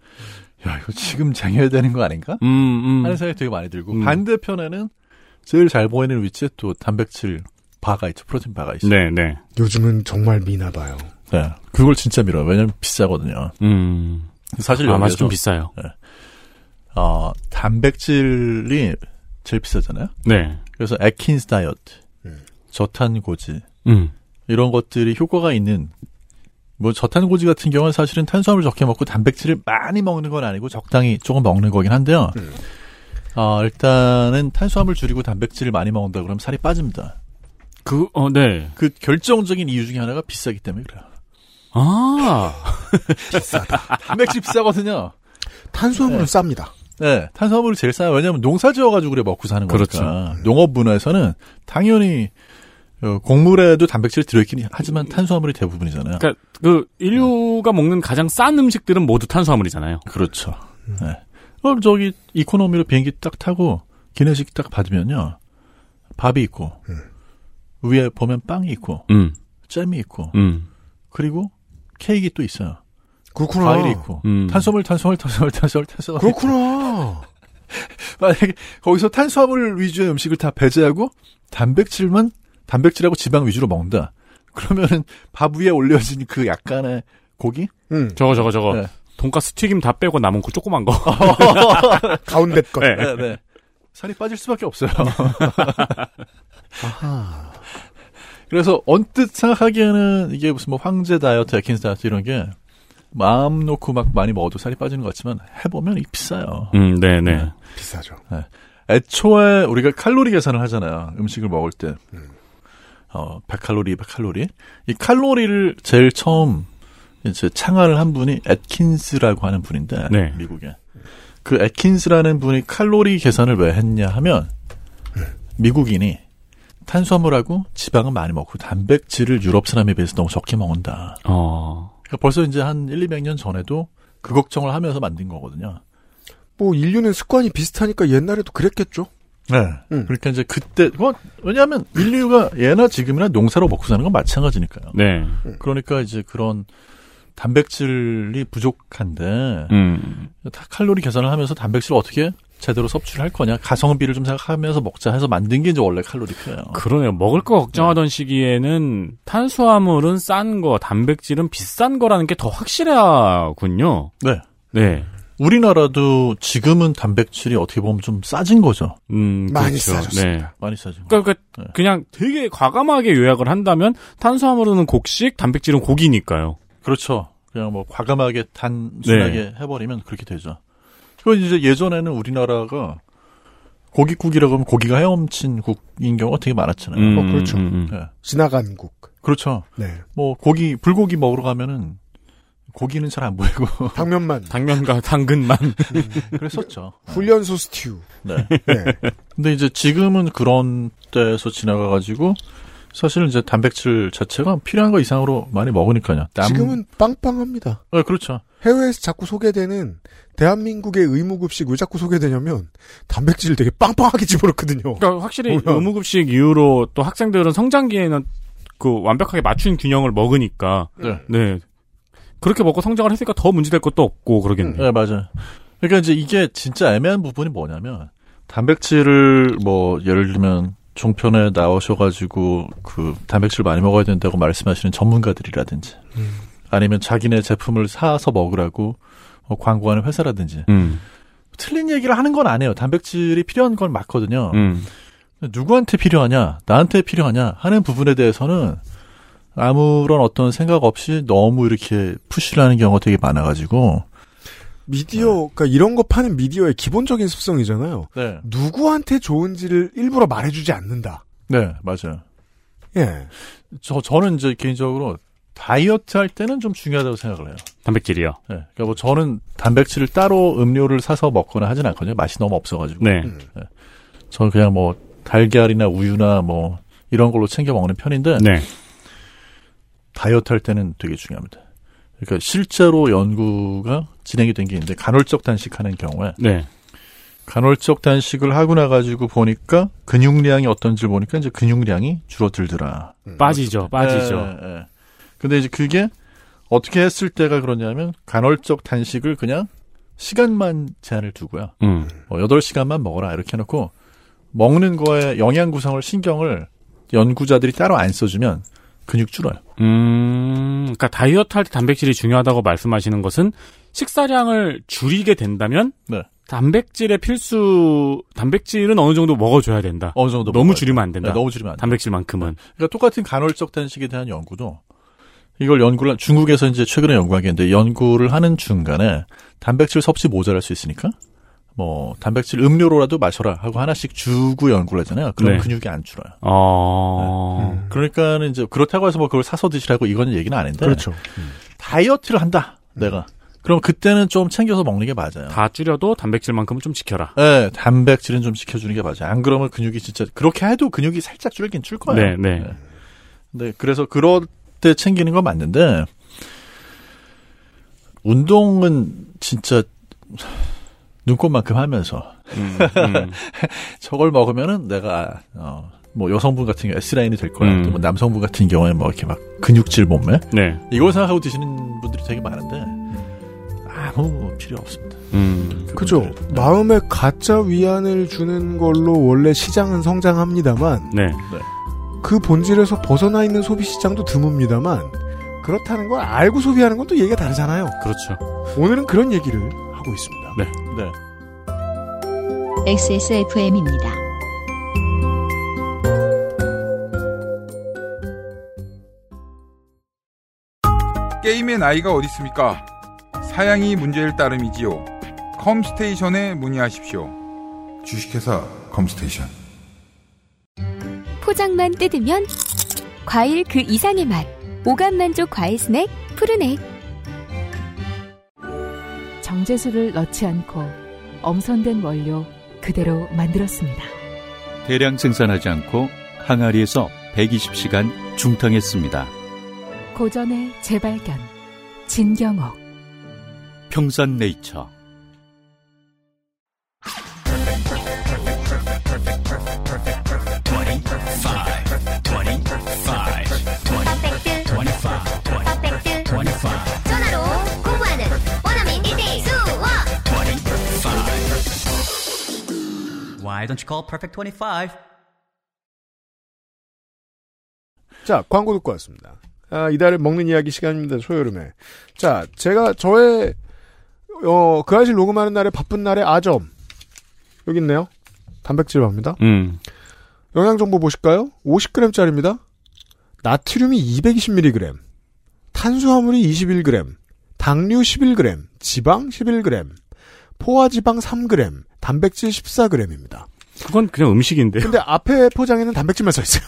야 이거 지금 쟁여야 되는 거 아닌가?
음, 음.
하는 생각이 되게 많이 들고
음.
반대편에는 제일 잘 보이는 위치에 또 단백질 바가 있죠. 프로틴 바가 있어요.
네, 네.
요즘은 정말 미나 봐요.
네. 그걸 진짜 밀어요. 왜냐면 비싸거든요.
음.
사실
아, 맛이
여기에서
좀 비싸요.
어, 단백질이 제일 비싸잖아요.
네.
그래서 에킨스 다이어트,
음.
저탄고지
음.
이런 것들이 효과가 있는 뭐 저탄고지 같은 경우는 사실은 탄수화물 적게 먹고 단백질을 많이 먹는 건 아니고 적당히 조금 먹는 거긴 한데요.
음.
아, 일단은 탄수화물 줄이고 단백질을 많이 먹는다 그러면 살이 빠집니다.
그, 어, 네.
그 결정적인 이유 중에 하나가 비싸기 때문에 그래요.
아.
단백질 비싸거든요.
탄수화물은 쌉니다.
네, 탄수화물이 제일 싸요. 왜냐하면 농사 지어가지고 그래 먹고 사는 거니까.
그렇죠.
농업 문화에서는 당연히 어, 곡물에도 단백질이 들어있긴 하지만 탄수화물이 대부분이잖아요.
그니까, 그, 인류가 먹는 가장 싼 음식들은 모두 탄수화물이잖아요.
그렇죠. 네. 그럼 저기 이코노미로 비행기 딱 타고 기내식 딱 받으면요, 밥이 있고 위에 보면 빵이 있고
음,
잼이 있고
음,
그리고 케이크 또 있어요.
그렇구나.
과일이 있고
음.
탄수화물, 탄수화물, 탄수화물, 탄수화물, 탄수화물.
그렇구나.
만약에 거기서 탄수화물 위주의 음식을 다 배제하고 단백질만 단백질하고 지방 위주로 먹는다. 그러면은 밥 위에 올려진 그 약간의 고기
음,
저거, 저거, 저거.
네. 아,
돈가스 튀김 다 빼고 남은 그 조그만 거.
가운데 것.
네.
네, 네. 살이 빠질 수밖에 없어요.
아하.
그래서 언뜻 생각하기에는 이게 무슨 뭐 황제 다이어트, 에킨스 다이어트 이런 게 마음 놓고 막 많이 먹어도 살이 빠지는 것 같지만 해보면 이 비싸요.
음, 네, 네.
비싸죠.
애초에 우리가 칼로리 계산을 하잖아요. 음식을 먹을 때. 어, 100칼로리, 200칼로리. 이 칼로리를 제일 처음 이제 창안을 한 분이 앳킨스라고 하는 분인데
네.
미국에. 그 앳킨스라는 분이 칼로리 계산을 왜 했냐 하면 미국인이 탄수화물하고 지방은 많이 먹고 단백질을 유럽 사람에 비해서 너무 적게 먹는다.
어,
그러니까 벌써 이제 한 1, 200년 전에도 그 걱정을 하면서 만든 거거든요.
뭐 인류는 습관이 비슷하니까 옛날에도 그랬겠죠.
네.
음.
그러니까 이제 그때 뭐 왜냐하면 인류가 예나 지금이나 농사로 먹고 사는 건 마찬가지니까요.
네.
그러니까 이제 그런 단백질이 부족한데
음,
다 칼로리 계산을 하면서 단백질 을 어떻게 제대로 섭취를 할 거냐 가성비를 좀 생각하면서 먹자 해서 만든 게 이제 원래 칼로리 표예요.
그러네요. 먹을 거 걱정하던 시기에는 탄수화물은 싼 거, 단백질은 비싼 거라는 게 더 확실하군요.
네.
네.
우리나라도 지금은 단백질이 어떻게 보면 좀 싸진 거죠.
음,
많이
그렇죠.
싸졌습니다.
네.
많이 싸진 거.
그러니까
네.
그냥 되게 과감하게 요약을 한다면 탄수화물은 곡식, 단백질은 고기니까요.
그렇죠. 그냥 뭐 과감하게 단순하게 해버리면 그렇게 되죠. 그건 이제 예전에는 우리나라가 고깃국이라고 하면 고기가 헤엄친 국인 경우가 되게 많았잖아요.
음,
어, 그렇죠.
음, 음.
예.
지나간 국.
그렇죠.
네.
뭐 고기 불고기 먹으러 가면은 고기는 잘 안 보이고
당면만.
당면과 당근만.
그랬었죠.
훈련소 스튜.
네.
네.
근데 이제 지금은 그런 때에서 지나가가지고 사실은 이제 단백질 자체가 필요한 거 이상으로 많이 먹으니까요. 남-
지금은 빵빵합니다.
네, 그렇죠.
해외에서 자꾸 소개되는 대한민국의 의무급식 왜 자꾸 소개되냐면 단백질 되게 빵빵하게 집어넣거든요.
그러니까 확실히
뭐야.
의무급식 이후로 또 학생들은 성장기에는 그 완벽하게 맞춘 균형을 먹으니까
네.
네 그렇게 먹고 성장을 했으니까 더 문제될 것도 없고 그러겠네요.
네, 맞아요. 그러니까 이제 이게 진짜 애매한 부분이 뭐냐면 단백질을 뭐 예를 들면 종편에 나오셔가지고 그 단백질 많이 먹어야 된다고 말씀하시는 전문가들이라든지 아니면 자기네 제품을 사서 먹으라고 어, 광고하는 회사라든지
음,
틀린 얘기를 하는 건 아니에요. 단백질이 필요한 건 맞거든요.
음,
근데 누구한테 필요하냐, 나한테 필요하냐 하는 부분에 대해서는 아무런 어떤 생각 없이 너무 이렇게 푸시를 하는 경우가 되게 많아가지고
미디어가 그러니까 이런 거 파는 미디어의 기본적인 습성이잖아요.
네.
누구한테 좋은지를 일부러 말해주지 않는다.
네, 맞아요.
예.
저, 저는 이제 개인적으로 다이어트 할 때는 좀 중요하다고 생각을 해요.
단백질이요.
네. 그러니까 뭐 저는 단백질을 따로 음료를 사서 먹거나 하진 않거든요. 맛이 너무 없어가지고.
네.
저는 그냥 뭐 달걀이나 우유나 뭐 이런 걸로 챙겨 먹는 편인데
네.
다이어트 할 때는 되게 중요합니다. 그러니까 실제로 연구가 진행이 된 게 있는데 간헐적 단식하는 경우에
네.
간헐적 단식을 하고 나가지고 보니까 근육량이 어떤지 보니까 이제 근육량이 줄어들더라.
빠지죠. 빠지죠.
예, 예. 근데 이제 그게 어떻게 했을 때가 그러냐면 간헐적 단식을 그냥 시간만 제한을 두고요.
음.
뭐 8시간만 먹어라 이렇게 해놓고 먹는 거에 영양 구성을 신경을 연구자들이 따로 안 써주면 근육 줄어요.
음. 그러니까 다이어트 할 때 단백질이 중요하다고 말씀하시는 것은 식사량을 줄이게 된다면
네.
단백질의 필수 단백질은 어느 정도 먹어줘야 된다.
어느 정도
너무
먹어야
줄이면 안
돼요.
된다.
네, 너무 줄이면 안 돼.
단백질만큼은.
그러니까 똑같은 간헐적 단식에 대한 연구도 이걸 연구를 한- 중국에서 이제 최근에 연구한 게 있는데 연구를 하는 중간에 단백질 섭취 모자랄 수 있으니까 뭐 단백질 음료로라도 마셔라 하고 하나씩 주고 연구를 하잖아요. 그럼
네.
근육이 안 줄어요.
어.
네.
음.
그러니까는 이제 그렇다고 해서 뭐 그걸 사서 드시라고 이건 얘기는 안 했는데
그렇죠. 음.
다이어트를 한다 내가 그럼 그때는 좀 챙겨서 먹는 게 맞아요.
다 줄여도 단백질만큼은 좀 지켜라.
네, 단백질은 좀 지켜주는 게 맞아요. 안 그러면 근육이 진짜 그렇게 해도 근육이 살짝 줄긴 줄
네,
거예요.
네.
네, 그래서 그럴 때 챙기는 건 맞는데 운동은 진짜 눈꽃만큼 하면서
음, 음.
저걸 먹으면은 내가 어, 뭐 여성분 같은 경우 S 라인이 될 거야.
음.
또뭐 남성분 같은 경우에 뭐 이렇게 막 근육질 몸매
네.
이걸 생각하고 드시는 분들이 되게 많은데 아무 필요 없습니다.
음.
그죠.
그분들은.
마음에 가짜 위안을 주는 걸로 원래 시장은 성장합니다만
네.
그 본질에서 벗어나 있는 소비 시장도 드뭅니다만 그렇다는 걸 알고 소비하는 건 또 얘기가 다르잖아요.
그렇죠.
오늘은 그런 얘기를 하고 있습니다.
네.
네.
XSFM입니다.
게임의 나이가 어디 있습니까? 사양이 문제일 따름이지요. 컴스테이션에 문의하십시오. 주식회사 컴스테이션.
포장만 뜯으면 과일 그 이상의 맛. 오감 만족 과일 스낵 푸르넥.
정제수를 넣지 않고 엄선된 원료 그대로 만들었습니다.
대량 생산하지 않고 항아리에서 120시간 중탕했습니다.
고전의 재발견 진경옥
평산 네이처.
퍼펙트 25 25 전화로 공부하는 원어민 1대1 수업
Why don't you call Perfect 25?
자, 광고 듣고 왔습니다. 아, 이달의 먹는 이야기 시간입니다. 소여름에. 자, 제가 저의 어, 그 아실 녹음하는 날에 바쁜 날의 아점. 여기 있네요. 단백질 밥입니다.
음.
영양 정보 보실까요? 50g짜리입니다. 나트륨이 220mg, 탄수화물이 21g, 당류 11g, 지방 11g, 포화지방 3g, 단백질 14g입니다.
그건 그냥 음식인데요.
근데 앞에 포장에는 단백질만 써 있어요.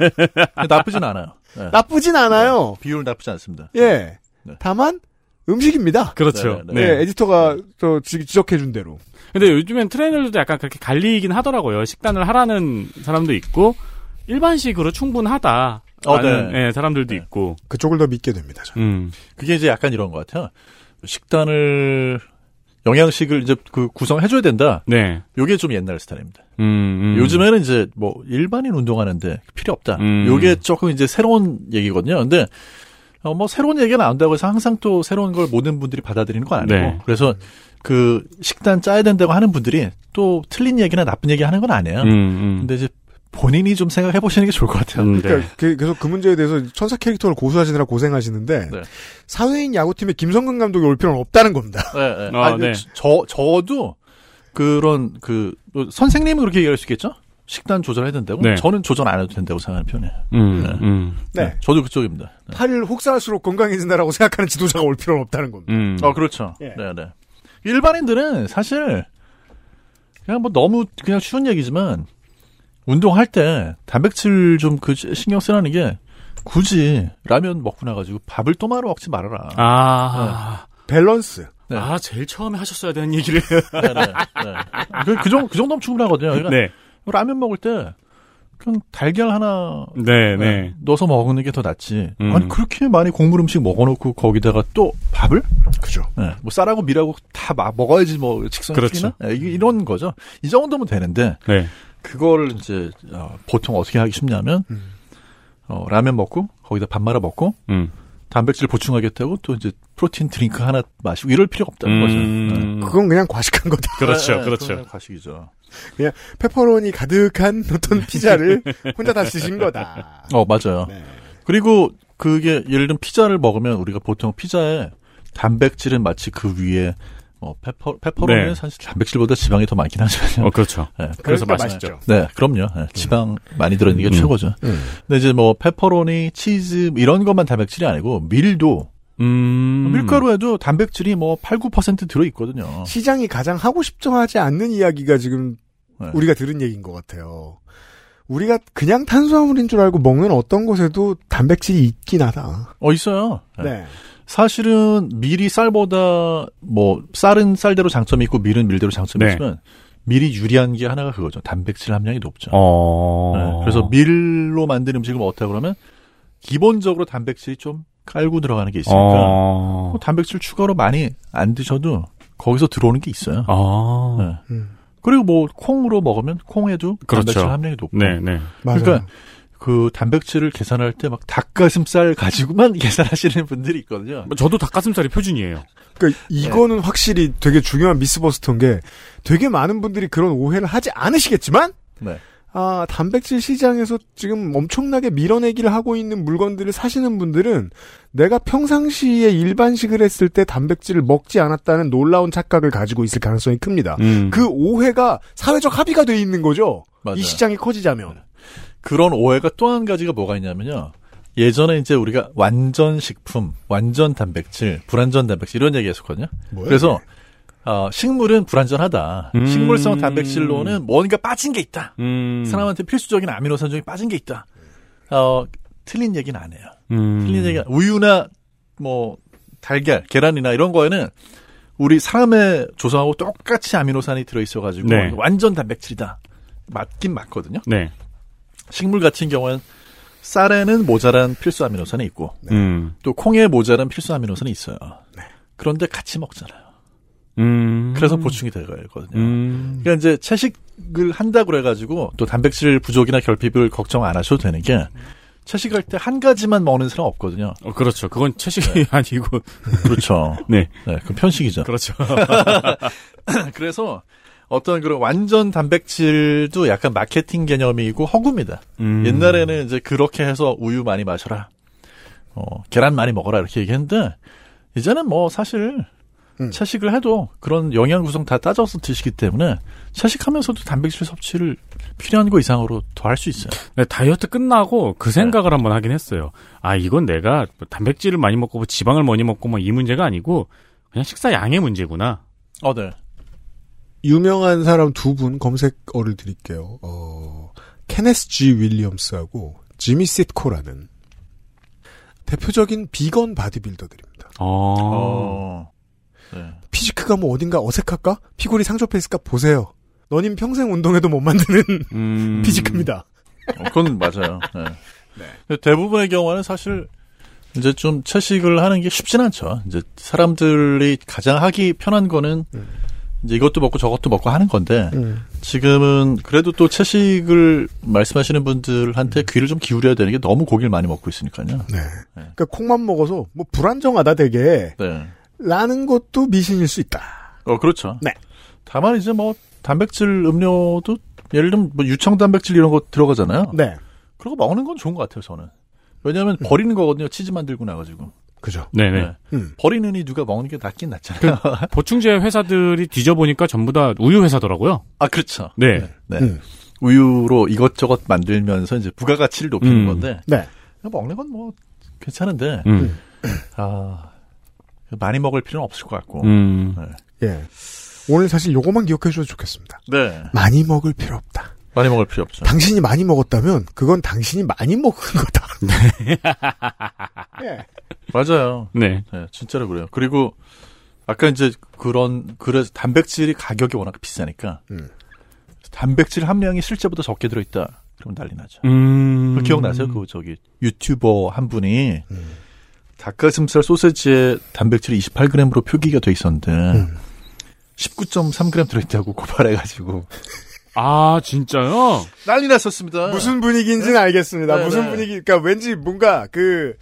근데 나쁘진 않아요. 네.
나쁘진 않아요.
비율 나쁘지 않습니다.
예.
네.
다만 음식입니다.
그렇죠. 네.
네, 네,
예, 에디터가 저 지- 지적해준 대로.
근데 요즘엔 트레이너들도 약간 그렇게 갈리긴 하더라고요. 식단을 하라는 사람도 있고 일반식으로 충분하다.
어,
라는,
네.
예, 사람들도
네.
있고.
그쪽을 더 믿게 됩니다. 저는.
음.
그게 이제 약간 이런 것 같아요. 식단을 영양식을 이제 그 구성해줘야 된다.
네.
요게 좀 옛날 스타일입니다.
음, 음.
요즘에는 이제 뭐 일반인 운동하는데 필요 없다.
음.
요게 조금 이제 새로운 얘기거든요. 근데 어, 뭐 새로운 얘기가 나온다고 해서 항상 또 새로운 걸 모든 분들이 받아들이는 건 아니고
네.
그래서 그 식단 짜야 된다고 하는 분들이 또 틀린 얘기나 나쁜 얘기 하는 건 아니에요.
음, 음.
근데 이제 본인이 좀 생각해 보시는 게 좋을 것 같아요.
음, 네.
그러니까 그- 계속 그 문제에 대해서 천사 캐릭터를 고수하시느라 고생하시는데
네.
사회인 야구팀에 김성근 감독이 올 필요는 없다는 겁니다.
네,
아,
아니,
네.
저 저도 그런 그 선생님은 그렇게 얘기할 수 있겠죠? 식단 조절해야 된다고?
네.
저는 조절 안 해도 된다고 생각하는 편이에요.
음,
네.
음.
네.
저도 그쪽입니다. 네. 네.
팔을 혹사할수록 건강해진다라고 생각하는 지도자가 올 필요는 없다는 겁니다.
음.
아 그렇죠.
예.
네, 네. 일반인들은 사실 그냥 뭐 너무 그냥 쉬운 얘기지만 운동할 때 단백질 좀 그 신경 쓰라는 게 굳이 라면 먹고 나가지고 밥을 또 말아 먹지 말아라.
아.
밸런스.
네.
아, 제일 처음에 하셨어야 되는 얘기를.
그, 그 정, 그 정도면 충분하거든요. 그러니까
네.
라면 먹을 때 그냥 달걀 하나
네,
네,
네.
넣어서 먹는 게 더 낫지.
음.
아니 그렇게 많이 국물 음식 먹어놓고 거기다가 또 밥을?
그죠.
네, 뭐 쌀하고 밀하고 다 마- 먹어야지 뭐 직성이나 이런 거죠. 이 정도면 되는데
네.
그거를 이제 어, 보통 어떻게 하기 쉽냐면 어, 라면 먹고 거기다 밥 말아 먹고
음.
단백질 보충하겠다고 또 이제 프로틴 드링크 하나 마시고 이럴 필요가 없다는
음.
거죠. 네.
그건 그냥 과식한 거다.
그렇죠,
네, 그건 과식이죠.
그냥 페퍼로니 가득한 어떤 피자를 혼자 다 드신 거다.
어, 맞아요. 그리고 그게 예를 들면 피자를 먹으면 우리가 보통 피자에 단백질은 마치 그 위에 뭐 페퍼 페퍼로는
네.
사실 단백질보다 지방이 더 많긴 하지만요.
어, 그렇죠.
네.
그래서
그러니까
맛있죠.
네, 그럼요. 네, 지방 많이 들어있는 게
음.
최고죠. 근데 이제 뭐 페퍼로니, 치즈 뭐 이런 것만 단백질이 아니고 밀도,
음.
밀가루에도 단백질이 뭐 8, 9% 들어 있거든요.
시장이 가장 하고 싶어 하지 않는 이야기가 지금
네.
우리가 들은 얘기인 것 같아요. 우리가 그냥 탄수화물인 줄 알고 먹는 어떤 것에도 단백질이 있긴 하다.
어 있어요. 네.
네.
사실은 밀이 쌀보다 뭐 쌀은 쌀대로 장점이 있고 밀은 밀대로 장점이
네.
있지만 밀이 유리한 게 하나가 그거죠. 단백질 함량이 높죠.
어.
네, 그래서 밀로 만든 음식을 먹었다 그러면 기본적으로 단백질이 좀 깔고 들어가는 게 있으니까
어.
뭐 단백질 추가로 많이 안 드셔도 거기서 들어오는 게 있어요.
아.
네.
음,
그리고 뭐 콩으로 먹으면 콩에도
그렇죠.
단백질 함량이 높고
네, 네.
맞아요.
그러니까 그 단백질을 계산할 때 막 닭가슴살 가지고만 계산하시는 분들이 있거든요.
저도 닭가슴살이 표준이에요.
그러니까 이거는 확실히 되게 중요한 미스버스터인 게 되게 많은 분들이 그런 오해를 하지 않으시겠지만
네.
아 단백질 시장에서 지금 엄청나게 밀어내기를 하고 있는 물건들을 사시는 분들은 내가 평상시에 일반식을 했을 때 단백질을 먹지 않았다는 놀라운 착각을 가지고 있을 가능성이 큽니다.
음.
그 오해가 사회적 합의가 돼 있는 거죠.
맞아요.
이 시장이 커지자면
그런 오해가 또 한 가지가 뭐가 있냐면요. 예전에 이제 우리가 완전 식품, 완전 단백질, 불완전 단백질 이런 얘기 했었거든요. 그래서 어, 식물은 불완전하다.
음.
식물성 단백질로는 뭔가 빠진 게 있다.
음.
사람한테 필수적인 아미노산 중에 빠진 게 있다. 어, 틀린 얘기는 안 해요.
음.
틀린 얘기는 우유나 뭐 달걀, 계란이나 이런 거에는 우리 사람의 조상하고 똑같이 아미노산이 들어 있어 가지고
네.
완전 단백질이다. 맞긴 맞거든요.
네.
식물 같은 경우는 쌀에는 모자란 필수 아미노산이 있고
음.
또 콩에 모자란 필수 아미노산이 있어요. 그런데 같이 먹잖아요.
음.
그래서 보충이 되거든요.
음.
그러니까 이제 채식을 한다고 그래가지고 또 단백질 부족이나 결핍을 걱정 안 하셔도 되는 게 채식할 때 한 가지만 먹는 사람 없거든요.
어, 그렇죠. 그건 채식이 아니고.
그렇죠.
네.
네, 그럼 편식이죠.
그렇죠.
그래서 어떤 그런 완전 단백질도 약간 마케팅 개념이고 허구입니다.
음.
옛날에는 이제 그렇게 해서 우유 많이 마셔라, 어, 계란 많이 먹어라 이렇게 얘기했는데 이제는 뭐 사실
음.
채식을 해도 그런 영양 구성 다 따져서 드시기 때문에 채식하면서도 단백질 섭취를 필요한 거 이상으로 더 할 수 있어요.
네, 다이어트 끝나고 그 생각을 한번 하긴 했어요. 아, 이건 내가 뭐 단백질을 많이 먹고 뭐 지방을 많이 먹고 뭐 이 문제가 아니고 그냥 식사 양의 문제구나.
어, 네.
유명한 사람 두 분 검색어를 드릴게요. 어, 케네스 G 윌리엄스하고 지미 시트코라는 대표적인 비건 바디빌더들입니다.
어.
어. 네.
피지크가 뭐 어딘가 어색할까? 피골이 상접했을까? 보세요. 너님 평생 운동해도 못 만드는
음.
피지크입니다.
어, 그건 맞아요. 네. 근데 대부분의 경우는 사실 이제 좀 채식을 하는 게 쉽진 않죠. 이제 사람들이 가장 하기 편한 거는 이제 이것도 먹고 저것도 먹고 하는 건데 지금은 그래도 또 채식을 말씀하시는 분들한테 귀를 좀 기울여야 되는 게 너무 고기를 많이 먹고 있으니까요.
네. 그러니까 콩만 먹어서 뭐 불안정하다 되게
네.
라는 것도 미신일 수 있다.
어 그렇죠.
네.
다만 이제 뭐 단백질 음료도 예를 들면 뭐 유청 단백질 이런 거 들어가잖아요.
네.
그런 거 먹는 건 좋은 것 같아요, 저는. 왜냐하면 버리는 거거든요. 치즈 만들고 나가지고.
그죠.
네네.
네.
음.
버리는 이 누가 먹는 게 낫긴 낫잖아요.
보충제 회사들이 뒤져보니까 전부 다 우유 회사더라고요.
아 그렇죠.
네.
네.
음.
우유로 이것저것 만들면서 이제 부가가치를 높이는
음.
건데
네.
먹는 건 뭐 괜찮은데
음.
아 많이 먹을 필요는 없을 것 같고
음.
네.
예. 오늘 사실 요거만 기억해 주셔도 좋겠습니다.
네.
많이 먹을 필요 없다.
많이 먹을 필요 없죠.
당신이 많이 먹었다면 그건 당신이 많이 먹은 거다. 예.
맞아요.
네.
진짜로 그래요. 그리고 아까 이제 그런 그래서 단백질이 가격이 워낙 비싸니까 단백질 함량이 실제보다 적게 들어있다. 그러면 난리 나죠.
음.
그거 기억나세요? 그 저기 유튜버 한 분이 닭가슴살 소세지에 단백질이 28g으로 표기가 돼 있었는데 19.3g 들어있다고 고발해가지고
아 진짜요?
난리 났었습니다.
무슨 분위기인지는 알겠습니다.
네,
무슨
네.
분위기, 그러니까 왠지 뭔가 그,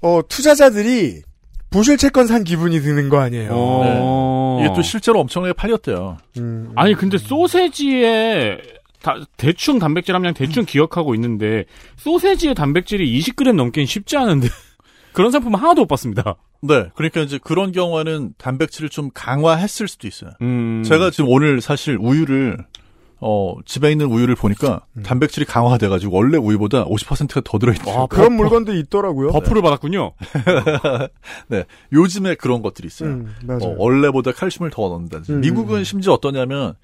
어, 투자자들이 부실 채권 산 기분이 드는 거 아니에요.
어.
네. 이게 또 실제로 엄청나게 팔렸대요.
음. 아니 근데 소세지에 다- 대충 단백질 함량 대충 기억하고 있는데 소세지의 단백질이 20g 넘기는 쉽지 않은데 그런 상품 은 하나도 못 봤습니다.
네, 그러니까 이제 그런 경우에는 단백질을 좀 강화했을 수도 있어요.
음.
제가 지금 오늘 사실 우유를 어 집에 있는 우유를 보니까
음.
단백질이 강화돼가지고 원래 우유보다 50%가 더 들어있더라고요.
아, 그런 물건도 있더라고요.
버프를 받았군요.
네, 요즘에 그런 것들이 있어요.
음, 맞아요.
어, 원래보다 칼슘을 더 넣는다.
음,
미국은 심지어 어떠냐면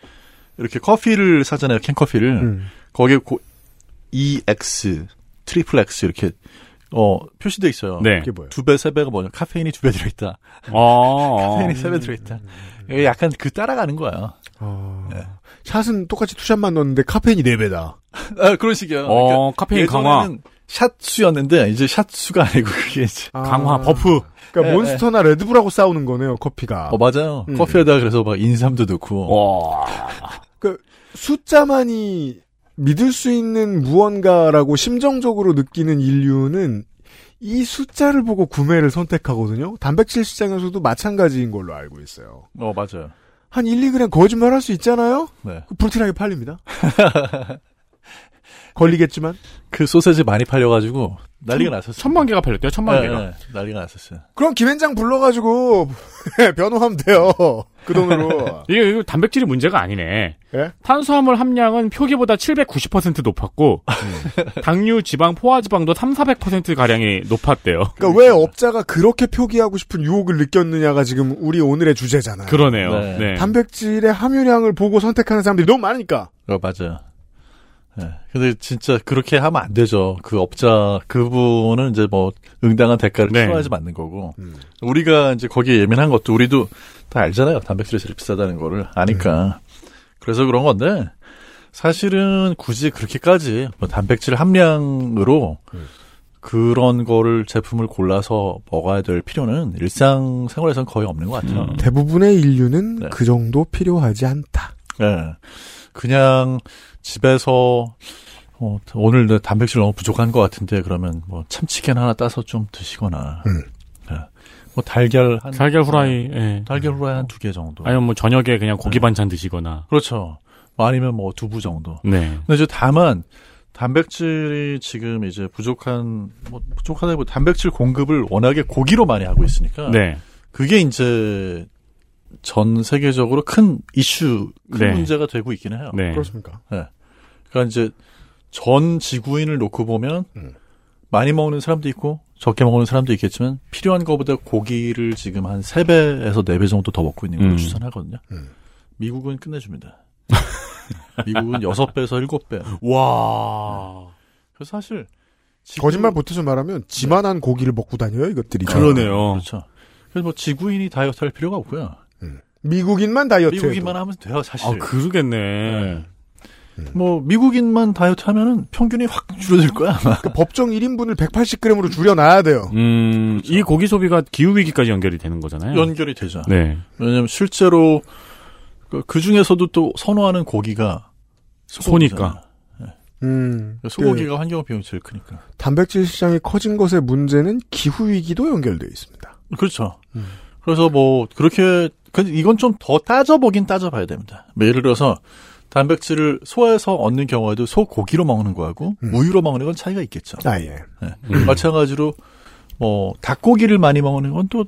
이렇게 커피를 사잖아요, 캔커피를
음.
거기에 고, EX, 트리플 X 이렇게 어 표시돼 있어요.
네.
그게 뭐예요?
두 배, 세 배가 뭐냐? 카페인이 두 배 들어있다.
아.
카페인이 세 배 들어있다. 이게 약간 그 따라가는 거야.
어,
네.
샷은 똑같이 투샷만 넣었는데 카페인이 4배다.
아, 그런 식이야.
어, 카페인 강화.
예전에는 샷수였는데 이제 샷수가 아니고 그게 이제
강화 버프. 네,
그러니까
예,
몬스터나 레드불하고 싸우는 거네요, 커피가.
어 맞아요. 어.
음.
커피에다가 그래서 막 인삼도 넣고
와.
숫자만이 믿을 수 있는 무언가라고 심정적으로 느끼는 인류는 이 숫자를 보고 구매를 선택하거든요. 단백질 시장에서도 마찬가지인 걸로 알고 있어요.
어 맞아요.
한 1, 2g 거짓말 할 수 있잖아요?
네.
그 불티나게 팔립니다. 걸리겠지만.
그 소세지 많이 팔려 가지고 난리가 났었어요.
천만 개가 팔렸대요. 천만
네,
개가.
네, 난리가 났었어요.
그럼 김현장 불러가지고, 변호하면 돼요. 그 돈으로.
이게 이거 단백질이 문제가 아니네.
예?
탄수화물 함량은 표기보다 790% 높았고
음.
당류, 지방, 포화지방도 3, 400% 가량이 높았대요.
그러니까 왜 업자가 그렇게 표기하고 싶은 유혹을 느꼈느냐가 지금 우리 오늘의 주제잖아요.
그러네요.
네.
네.
단백질의 함유량을 보고 선택하는 사람들이 너무 많으니까.
어 맞아요. 네. 근데 진짜 그렇게 하면 안 되죠. 그 업자 그분은 이제 뭐 응당한 대가를
네.
치러야지 맞는 거고 우리가 이제 거기에 예민한 것도 우리도 다 알잖아요. 단백질이 제일 비싸다는 거를 아니까. 그래서 그런 건데 사실은 굳이 그렇게까지 뭐 단백질 함량으로 그런 거를 제품을 골라서 먹어야 될 필요는 일상 생활에선 거의 없는 것 같아요.
대부분의 인류는
음. 네.
그 정도 필요하지 않다.
예. 그냥 집에서 어, 오늘 내 단백질 너무 부족한 것 같은데 그러면 뭐 참치캔 하나 따서 좀 드시거나
음.
예. 뭐 달걀 한
달걀 후라이. 예.
달걀 후라이 네. 한 두 개 정도
아니면 뭐 저녁에 그냥 고기 반찬 드시거나.
그렇죠 뭐 아니면 뭐 두부 정도
네.
근데 이제 다만 단백질이 지금 이제 부족한 뭐 부족하다기보다 단백질 공급을 워낙에 고기로 많이 하고 있으니까
네.
그게 이제 전 세계적으로 큰 이슈 큰
네.
문제가 되고 있긴 해요.
네.
그렇습니까?
그러니까 이제 전 지구인을 놓고 보면
음.
많이 먹는 사람도 있고 적게 먹는 사람도 있겠지만 필요한 것보다 고기를 지금 한 3배에서 4배 정도 더 먹고 있는 걸로
음.
추산하거든요.
음.
미국은 끝내줍니다. 미국은 6배에서 7배.
와.
그래서 사실 지구-
거짓말 못해서 말하면 지만한 고기를 먹고 다녀요, 이것들이.
그러네요.
그렇죠. 그래서 뭐 지구인이 다이어트 할 필요가 없고요.
미국인만 다이어트.
미국인만 하면 돼요, 사실.
아, 그러겠네.
뭐 미국인만 다이어트 하면은 평균이 확 줄어들 거야. 아마.
그 법정 1인분을 180g으로 줄여놔야 돼요.
음, 이 고기 소비가 기후 위기까지 연결이 되는 거잖아요.
그렇죠. 연결이 되죠.
네.
왜냐면 실제로 그 중에서도 또 선호하는 고기가 소고기잖아요. 그러니까
소니까.
음.
네, 소고기가 환경 비용이 제일 크니까.
그 단백질 시장이 커진 것의 문제는 기후 위기도 연결되어 있습니다.
그렇죠.
음.
그래서 뭐 그렇게 근데 이건 좀 더 따져보긴 따져봐야 됩니다. 뭐 예를 들어서 단백질을 소에서 얻는 경우에도 소고기로 먹는 거하고
음.
우유로 먹는 건 차이가 있겠죠.
아 예.
예.
음.
마찬가지로 뭐 닭고기를 많이 먹는 건 또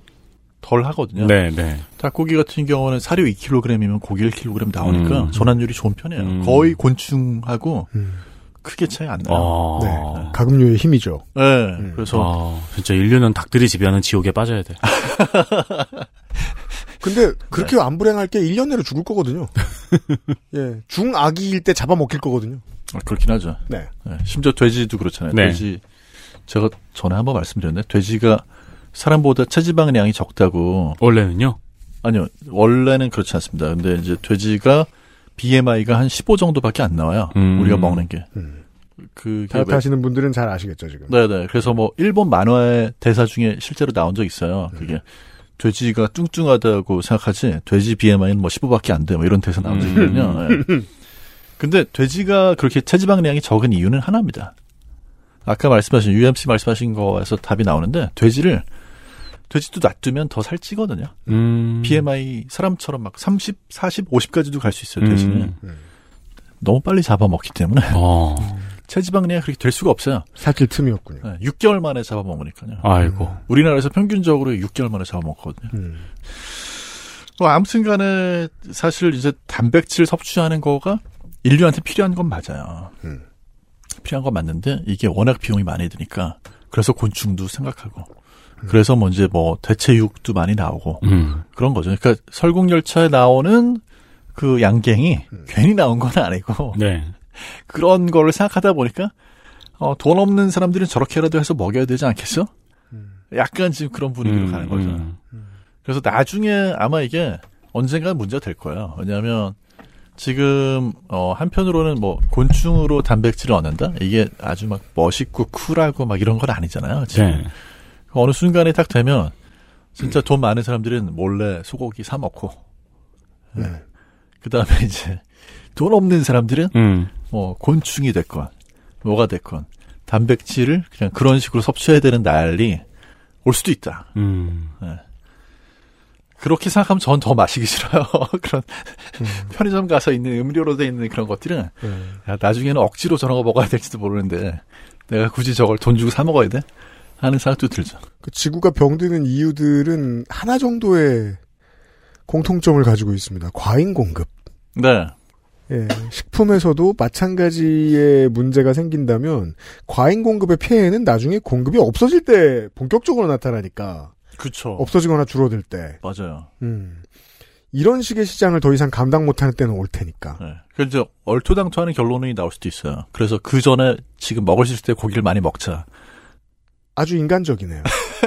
덜 하거든요.
네, 네.
닭고기 같은 경우는 사료 2kg이면 고기 1kg 나오니까
음.
전환율이 좋은 편이에요.
음.
거의 곤충하고
음.
크게 차이 안 나요.
아.
네. 가금류의 힘이죠.
예.
음.
그래서
아, 진짜 인류는 닭들이 지배하는 지옥에 빠져야 돼.
네.
근데 그렇게 안 불행할 게 1년 내로 죽을 거거든요. 예, 중아기일 때 잡아먹힐 거거든요.
아, 그렇긴 하죠.
네.
예, 심지어 돼지도 그렇잖아요.
네.
돼지 제가 전에 한번 말씀드렸는데 돼지가 사람보다 체지방량이 적다고.
원래는요?
아니요. 원래는 그렇지 않습니다. 근데 이제 돼지가 BMI가 한 15 정도밖에 안 나와요.
음.
우리가 먹는 게.
그
그게
다이어트
왜-
하시는 분들은 잘 아시겠죠 지금.
네네. 그래서 뭐 일본 만화의 대사 중에 실제로 나온 적 있어요. 그게 돼지가 뚱뚱하다고 생각하지 돼지 BMI는 뭐 15밖에 안 돼. 뭐 이런 대사 나온 적 있거든요. 예. 근데 돼지가 그렇게 체지방량이 적은 이유는 하나입니다. 아까 말씀하신 UMC 말씀하신 거에서 답이 나오는데 돼지를 돼지도 놔두면 더 살찌거든요.
음.
BMI 사람처럼 막 30, 40, 50까지도 갈 수 있어요.
음.
돼지는 너무 빨리 잡아먹기 때문에 음. 체지방량이 그렇게 될 수가 없어요. 네.
살길 틈이 없군요.
6개월 만에 잡아먹으니까요.
아이고.
우리나라에서 평균적으로 6개월 만에 잡아먹거든요.
음.
뭐 아무튼간에 사실 이제 단백질 섭취하는 거가 인류한테 필요한 건 맞아요. 필요한 건 맞는데 이게 워낙 비용이 많이 드니까 그래서 곤충도 생각하고 그래서 뭐 이제 뭐 대체육도 많이 나오고
음.
그런 거죠. 그러니까 설국열차에 나오는 그 양갱이 괜히 나온 건 아니고
네.
그런 거를 생각하다 보니까 어, 돈 없는 사람들은 저렇게라도 해서 먹여야 되지 않겠어?
음.
약간 지금 그런 분위기로
음,
가는 거죠. 그래서 나중에 아마 이게 언젠가 문제가 될 거예요. 왜냐하면 지금 어, 한편으로는 뭐 곤충으로 단백질을 얻는다 이게 아주 막 멋있고 쿨하고 막 이런 건 아니잖아요. 지금 그러니까
네.
어느 순간에 딱 되면 진짜 돈 많은 사람들은 몰래 소고기 사 먹고 예.
네.
그다음에 이제 돈 없는 사람들은
음.
뭐 곤충이 됐건 뭐가 됐건 단백질을 그냥 그런 식으로 섭취해야 되는 날이 올 수도 있다.
음.
예. 그렇게 생각하면 전 더 마시기 싫어요. 그런 편의점 가서 있는 음료로 돼 있는 그런 것들은
네.
야, 나중에는 억지로 저런 거 먹어야 될지도 모르는데 내가 굳이 저걸 돈 주고 사 먹어야 돼? 하는 생각도 들죠.
그 지구가 병드는 이유들은 하나 정도의 공통점을 가지고 있습니다. 과잉 공급.
네.
예, 식품에서도 마찬가지의 문제가 생긴다면 과잉 공급의 피해는 나중에 공급이 없어질 때 본격적으로 나타나니까
그쵸.
없어지거나 줄어들 때
맞아요.
음, 이런 식의 시장을 더 이상 감당 못하는 때는 올 테니까
네. 그래서 이제 얼토당토하는 결론이 나올 수도 있어요. 그래서 그 전에 지금 먹을 수 있을 때 고기를 많이 먹자.
아주 인간적이네요.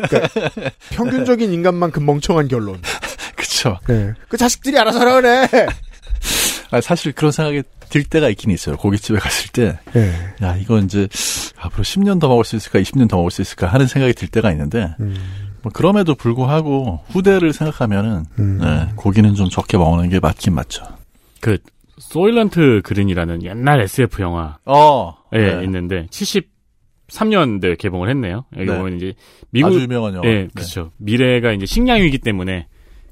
그러니까 평균적인 인간만큼 멍청한 결론.
그쵸.
네. 그 자식들이 알아서 하라 그래.
아, 사실 그런 생각이 들 때가 있긴 있어요. 고깃집에 갔을 때.
예.
야, 이건 이제 앞으로 10년 더 먹을 수 있을까, 20년 더 먹을 수 있을까 하는 생각이 들 때가 있는데,
음.
뭐 그럼에도 불구하고 후대를 생각하면은,
음.
네, 고기는 좀 적게 먹는 게 맞긴 맞죠.
그 소일런트 그린이라는 옛날 SF 영화
어.
예,
네.
있는데 73년도에 개봉을 했네요. 여기
네.
보면 이제 미국
아주 유명한 영화.
예,
네.
그렇죠. 미래가 이제 식량이기 때문에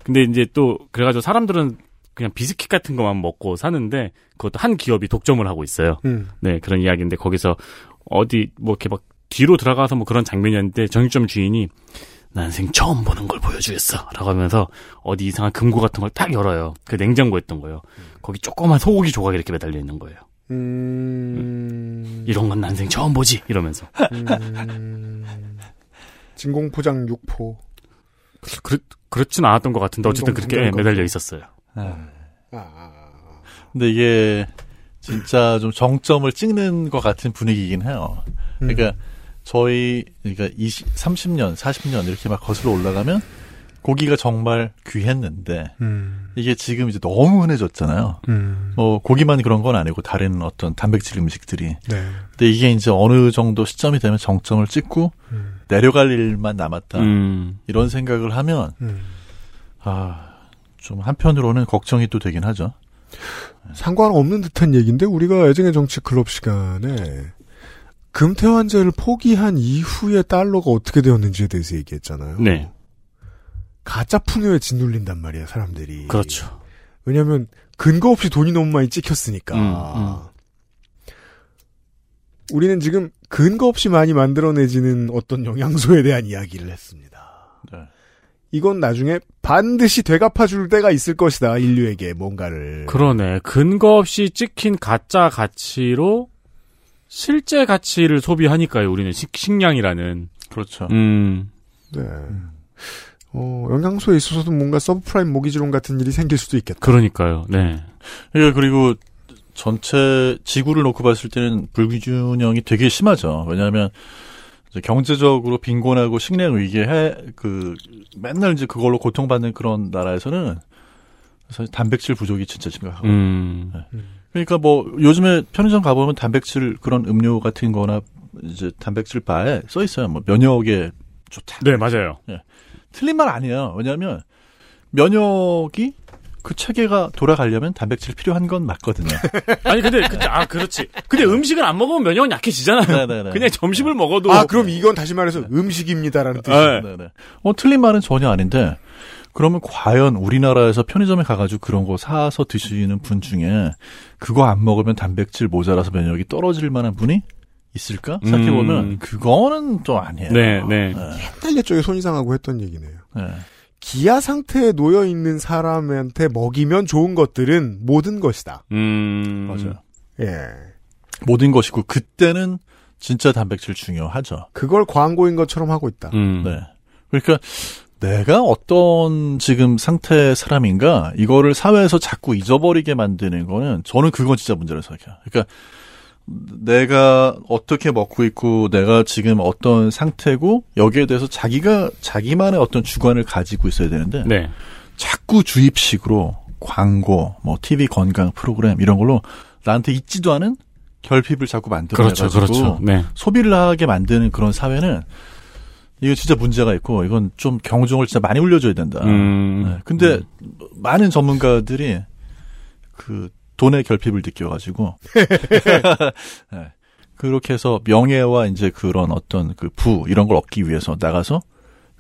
근데 이제 또 그래가지고 사람들은 그냥 비스킷 같은 것만 먹고 사는데 그것도 한 기업이 독점을 하고 있어요.
음.
네 그런 이야기인데 거기서 어디 뭐 이렇게 막 뒤로 들어가서 뭐 그런 장면이었는데 정육점 주인이 난생 처음 보는 걸 보여주겠어라고 하면서 어디 이상한 금고 같은 걸 딱 열어요. 그 냉장고였던 거예요. 거기 조그만 소고기 조각이 이렇게 매달려 있는 거예요.
음.
이런 건 난생 처음 보지 이러면서
진공포장 육포.
그렇 그렇진 않았던 것 같은데 어쨌든
운동,
그렇게 예,
운동
매달려
거고.
있었어요.
근데 이게 진짜 좀 정점을 찍는 것 같은 분위기이긴 해요.
음.
그러니까 저희 그러니까 20, 30년, 40년 이렇게 막 거슬러 올라가면 고기가 정말 귀했는데
음,
이게 지금 이제 너무 흔해졌잖아요. 뭐 고기만 그런 건 아니고 다른 어떤 단백질 음식들이.
네.
근데 이게 이제 어느 정도 시점이 되면 정점을 찍고
음,
내려갈 일만 남았다.
음.
이런 생각을 하면
음.
아, 좀 한편으로는 걱정이 또 되긴 하죠.
상관없는 듯한 얘기인데 우리가 애정의 정치 클럽 시간에 금태환제를 포기한 이후에 달러가 어떻게 되었는지에 대해서 얘기했잖아요.
네.
가짜 풍요에 짓눌린단 말이야 사람들이.
그렇죠.
왜냐하면 근거 없이 돈이 너무 많이 찍혔으니까.
음,
우리는 지금 근거 없이 많이 만들어내지는 어떤 영양소에 대한 이야기를 했습니다.
네.
이건 나중에 반드시 되갚아줄 때가 있을 것이다 인류에게 뭔가를.
그러네. 근거 없이 찍힌 가짜 가치로 실제 가치를 그렇죠.
음.
음.
소비하니까요. 우리는 식, 식량이라는.
그렇죠.
음.
네. 어, 영양소에 있어서도 뭔가 서브프라임 모기지론 같은 일이 생길 수도 있겠다.
그러니까요. 네.
예, 그리고 전체 지구를 놓고 봤을 때는 불균형이 되게 심하죠. 왜냐하면 이제 경제적으로 빈곤하고 식량 위기에 그 맨날 이제 그걸로 고통받는 그런 나라에서는 사실 단백질 부족이 진짜 심각하고.
음.
그러니까 뭐 요즘에 편의점 가보면 단백질 그런 음료 같은 거나 이제 단백질 바에 써 있어요. 뭐 면역에 좋다.
네, 맞아요.
예. 틀린 말 아니에요. 왜냐하면 면역이 그 체계가 돌아가려면 단백질 필요한 건 맞거든요.
아니 근데 그, 아 그렇지. 근데 음식을 안 먹으면 면역은 약해지잖아요.
네네네.
그냥 점심을 먹어도
아, 그럼 이건 다시 말해서 음식입니다라는 뜻이.
네.
네네. 어, 틀린 말은 전혀 아닌데, 그러면 과연 우리나라에서 편의점에 가가지고 그런 거 사서 드시는 분 중에 그거 안 먹으면 단백질 모자라서 면역이 떨어질 만한 분이 있을까? 생각해보면
음.
그거는 또 아니에요.
네, 네.
맨날 옛적에 손 이상하고 했던 얘기네요.
네.
기아 상태에 놓여 있는 사람한테 먹이면 좋은 것들은 모든 것이다.
음.
맞아요.
예.
모든 것이고, 그때는 진짜 단백질 중요하죠.
그걸 광고인 것처럼 하고 있다.
음.
네. 그러니까 내가 어떤 지금 상태의 사람인가 이거를 사회에서 자꾸 잊어버리게 만드는 거는 저는 그건 진짜 문제라고 생각해요. 그러니까 내가 어떻게 먹고 있고 내가 지금 어떤 상태고 여기에 대해서 자기가 자기만의 어떤 주관을 가지고 있어야 되는데
네.
자꾸 주입식으로 광고, 뭐 TV 건강 프로그램 이런 걸로 나한테 있지도 않은 결핍을 자꾸 만들어
그렇죠,
가지고
그렇죠. 네.
소비를 하게 만드는 그런 사회는 이거 진짜 문제가 있고 이건 좀 경종을 진짜 많이 울려줘야 된다.
음.
네, 근데 많은 전문가들이 그 돈의 결핍을 느껴가지고 네, 그렇게 해서 명예와 이제 그런 어떤 그 부 이런 걸 얻기 위해서 나가서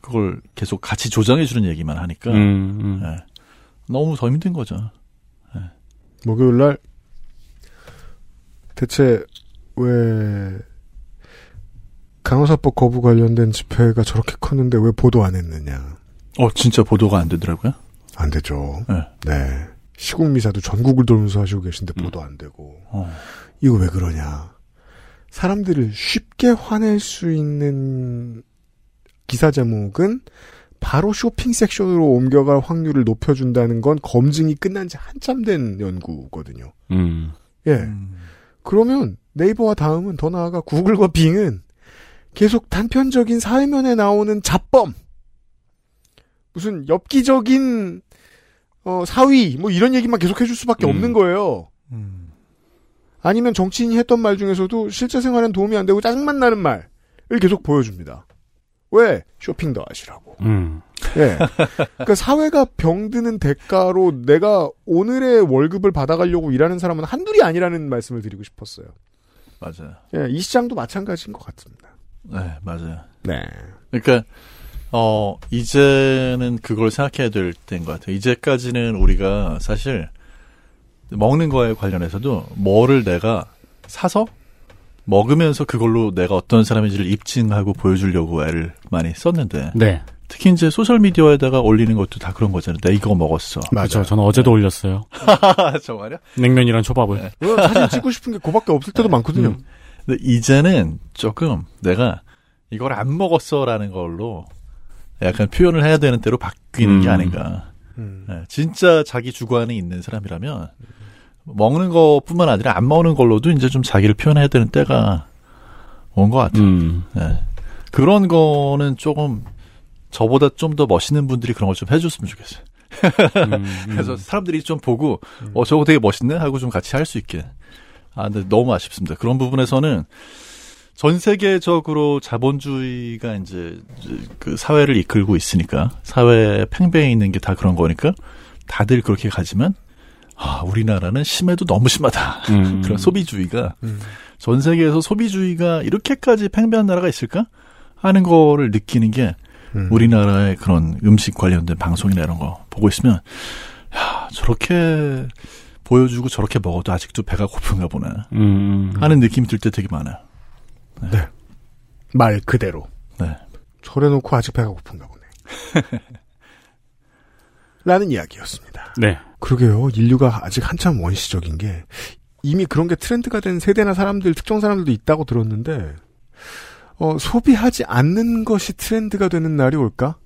그걸 계속 같이 조정해 주는 얘기만 하니까
음, 음.
네, 너무 더 힘든 거죠.
목요일 날 대체 왜 간호사법 거부 관련된 집회가 저렇게 컸는데 왜 보도 안 했느냐?
어 진짜 보도가 안 되더라고요.
안 되죠.
네.
네. 시국 미사도 전국을 돌면서 하시고 계신데 보도 안 되고
어.
이거 왜 그러냐? 사람들을 쉽게 화낼 수 있는 기사 제목은 바로 쇼핑 섹션으로 옮겨갈 확률을 높여준다는 건 검증이 끝난 지 한참 된 연구거든요.
음.
예.
음.
그러면 네이버와 다음은 더 나아가 구글과 빙은 계속 단편적인 사회면에 나오는 잡범 무슨 엽기적인 어, 사위 뭐 이런 얘기만 계속 해줄 수밖에
음.
없는 거예요. 아니면 정치인이 했던 말 중에서도 실제 생활엔 도움이 안 되고 짜증만 나는 말을 계속 보여줍니다. 왜 쇼핑 더 하시라고.
음.
예. 그러니까 사회가 병드는 대가로 내가 오늘의 월급을 받아가려고 일하는 사람은 한둘이 아니라는 말씀을 드리고 싶었어요.
맞아요.
예, 이 시장도 마찬가지인 것 같습니다.
네 맞아요.
네.
그러니까 어 이제는 그걸 생각해야 될 때인 것 같아요. 이제까지는 우리가 사실 먹는 거에 관련해서도 뭐를 내가 사서 먹으면서 그걸로 내가 어떤 사람인지를 입증하고 보여주려고 애를 많이 썼는데
네.
특히 이제 소셜 미디어에다가 올리는 것도 다 그런 거잖아요. 내가 이거 먹었어.
그렇죠. 저는 어제도 올렸어요.
정말요?
냉면이랑 초밥을.
네.
물론 사진 찍고 싶은 게 그밖에 없을 때도 많거든요.
근데 이제는 조금 내가 이걸 안 먹었어라는 걸로 약간 표현을 해야 되는 대로 바뀌는 게
음.
아닌가.
음.
네, 진짜 자기 주관이 있는 사람이라면 먹는 것뿐만 아니라 안 먹는 걸로도 이제 좀 자기를 표현해야 되는 때가 온 것 같아요.
음.
네. 그런 거는 조금 저보다 좀 더 멋있는 분들이 그런 걸 좀 해줬으면 좋겠어요.
음,
그래서 사람들이 좀 보고 어 저거 되게 멋있네 하고 좀 같이 할 수 있게. 아 근데 너무 아쉽습니다. 그런 부분에서는 전 세계적으로 자본주의가 이제 그 사회를 이끌고 있으니까 사회 팽배에 있는 게 다 그런 거니까 다들 그렇게 가지만 아 우리나라는 심해도 너무 심하다.
음.
그런 소비주의가
음.
전 세계에서 소비주의가 이렇게까지 팽배한 나라가 있을까 하는 거를 느끼는 게
음.
우리나라의 그런 음식 관련된 방송이나 이런 거 보고 있으면 야 저렇게 보여주고 저렇게 먹어도 아직도 배가 고픈가 보네
음.
하는 느낌이 들 때 되게 많아요.
말 그대로.
네.
저래놓고 아직 배가 고픈가 보네. 라는 이야기였습니다.
네.
그러게요. 인류가 아직 한참 원시적인 게 이미 그런 게 트렌드가 된 세대나 사람들, 특정 사람들도 있다고 들었는데 어, 소비하지 않는 것이 트렌드가 되는 날이 올까?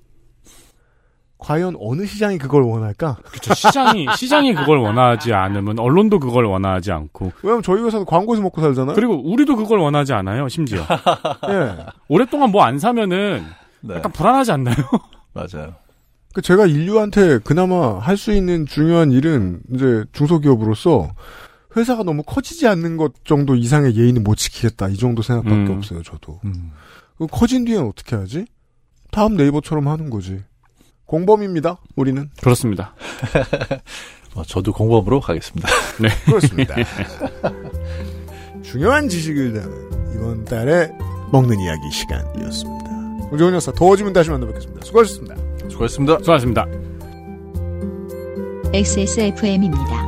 과연 어느 시장이 그걸 원할까?
그렇죠. 시장이 시장이 그걸 원하지 않으면 언론도 그걸 원하지 않고.
왜냐면 저희 회사도 광고에서 먹고 살잖아요.
그리고 우리도 그걸 원하지 않아요. 심지어.
예.
오랫동안 뭐 안 사면은
네.
약간 불안하지 않나요?
네, 맞아요.
그 제가 인류한테 그나마 할 수 있는 중요한 일은 이제 중소기업으로서 회사가 너무 커지지 않는 것 정도 이상의 예의는 못 지키겠다 이 정도 생각밖에
음.
없어요 저도
음.
그럼 커진 뒤엔 어떻게 하지? 다음 네이버처럼 하는 거지 공범입니다 우리는
그렇습니다.
어, 저도 공범으로 가겠습니다.
네.
그렇습니다. 중요한 지식을 다는 이번 달에 먹는 이야기 시간이었습니다 우정훈 역사 더워지면 다시 만나뵙겠습니다 수고하셨습니다
수고하셨습니다.
수고하셨습니다.
XSFM입니다.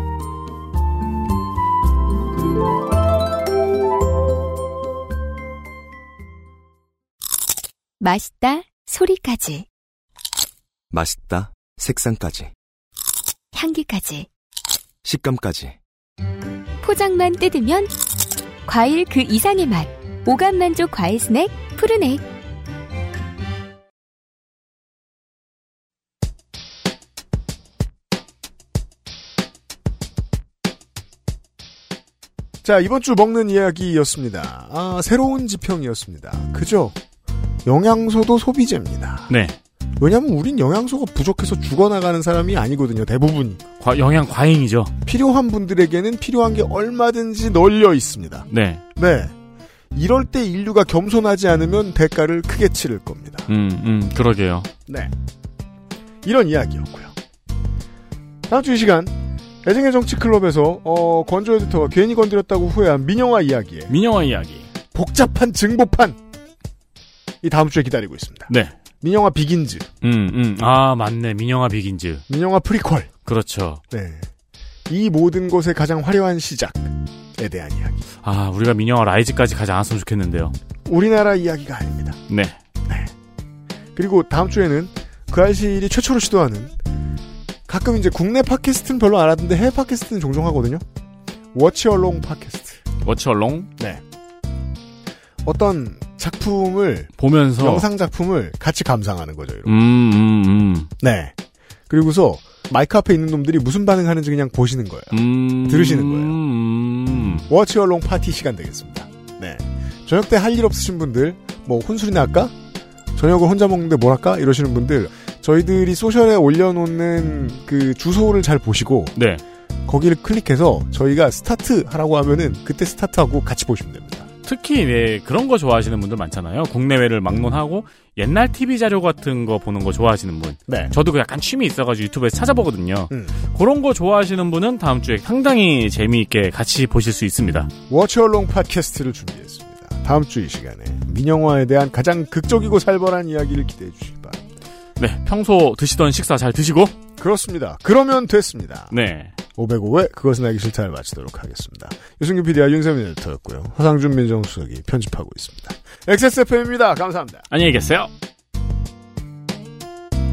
맛있다 소리까지
맛있다. 색상까지.
향기까지
식감까지.
포장만 뜯으면 과일 그 이상의 맛 오감 만족 과일 스낵 푸르넥
자, 이번 주 먹는 이야기였습니다. 아, 새로운 지평이었습니다. 그죠? 영양소도 소비재입니다.
네.
왜냐면 우린 영양소가 부족해서 죽어나가는 사람이 아니거든요, 대부분.
과- 영양 과잉이죠.
필요한 분들에게는 필요한 게 얼마든지 널려 있습니다.
네.
네. 이럴 때 인류가 겸손하지 않으면 대가를 크게 치를 겁니다.
음, 음, 그러게요.
네. 이런 이야기였고요. 다음 주 이 시간 애정의 정치 클럽에서 어, 권조 에디터가 괜히 건드렸다고 후회한 민영화 이야기에
민영화 이야기
복잡한 증보판 이 다음 주에 기다리고 있습니다.
네.
민영화 비긴즈,
음, 음. 아, 맞네. 민영화 비긴즈.
민영화 프리퀄
그렇죠.
네. 이 모든 것의 가장 화려한 시작에 대한 이야기.
아, 우리가 민영화 라이즈까지 가지 않았으면 좋겠는데요.
우리나라 이야기가 아닙니다.
네.
그리고 다음 주에는 그 알실이 최초로 시도하는 가끔 이제 국내 팟캐스트는 별로 안 하던데 해외 팟캐스트는 종종 하거든요. 워치얼롱 팟캐스트.
워치얼롱.
네. 어떤 작품을
보면서
영상 작품을 같이 감상하는 거죠. 이렇게.
음, 음, 음.
네. 그리고서 마이크 앞에 있는 놈들이 무슨 반응하는지 그냥 보시는 거예요.
음.
들으시는 거예요.
음.
워치얼롱 파티 시간 되겠습니다. 네. 저녁 때 할 일 없으신 분들, 뭐 혼술이나 할까? 저녁을 혼자 먹는데 뭘 할까? 이러시는 분들, 저희들이 소셜에 올려놓는 그 주소를 잘 보시고,
네.
거기를 클릭해서 저희가 스타트 하라고 하면은 그때 스타트하고 같이 보시면 됩니다.
특히 네, 그런 거 좋아하시는 분들 많잖아요. 국내외를 막론하고 옛날 TV 자료 같은 거 보는 거 좋아하시는 분.
네.
저도 그 약간 취미 있어가지고 유튜브에서 찾아보거든요.
음.
그런 거 좋아하시는 분은 다음 주에 상당히 재미있게 같이 보실 수 있습니다.
워치얼롱 팟캐스트를 준비했습니다. 다음 주 이 시간에 민영화에 대한 가장 극적이고 살벌한 이야기를 기대해 주시기 바랍니다.
네, 평소 드시던 식사 잘 드시고.
그렇습니다. 그러면 됐습니다.
네.
505회 그것은 알기 싫다를 마치도록 하겠습니다. 유승균 PD와 윤세민 에디터였고요. 허상준 민정수석이 편집하고 있습니다. XSFM입니다. 감사합니다.
안녕히 계세요.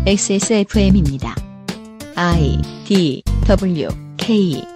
XSFM입니다. I D W K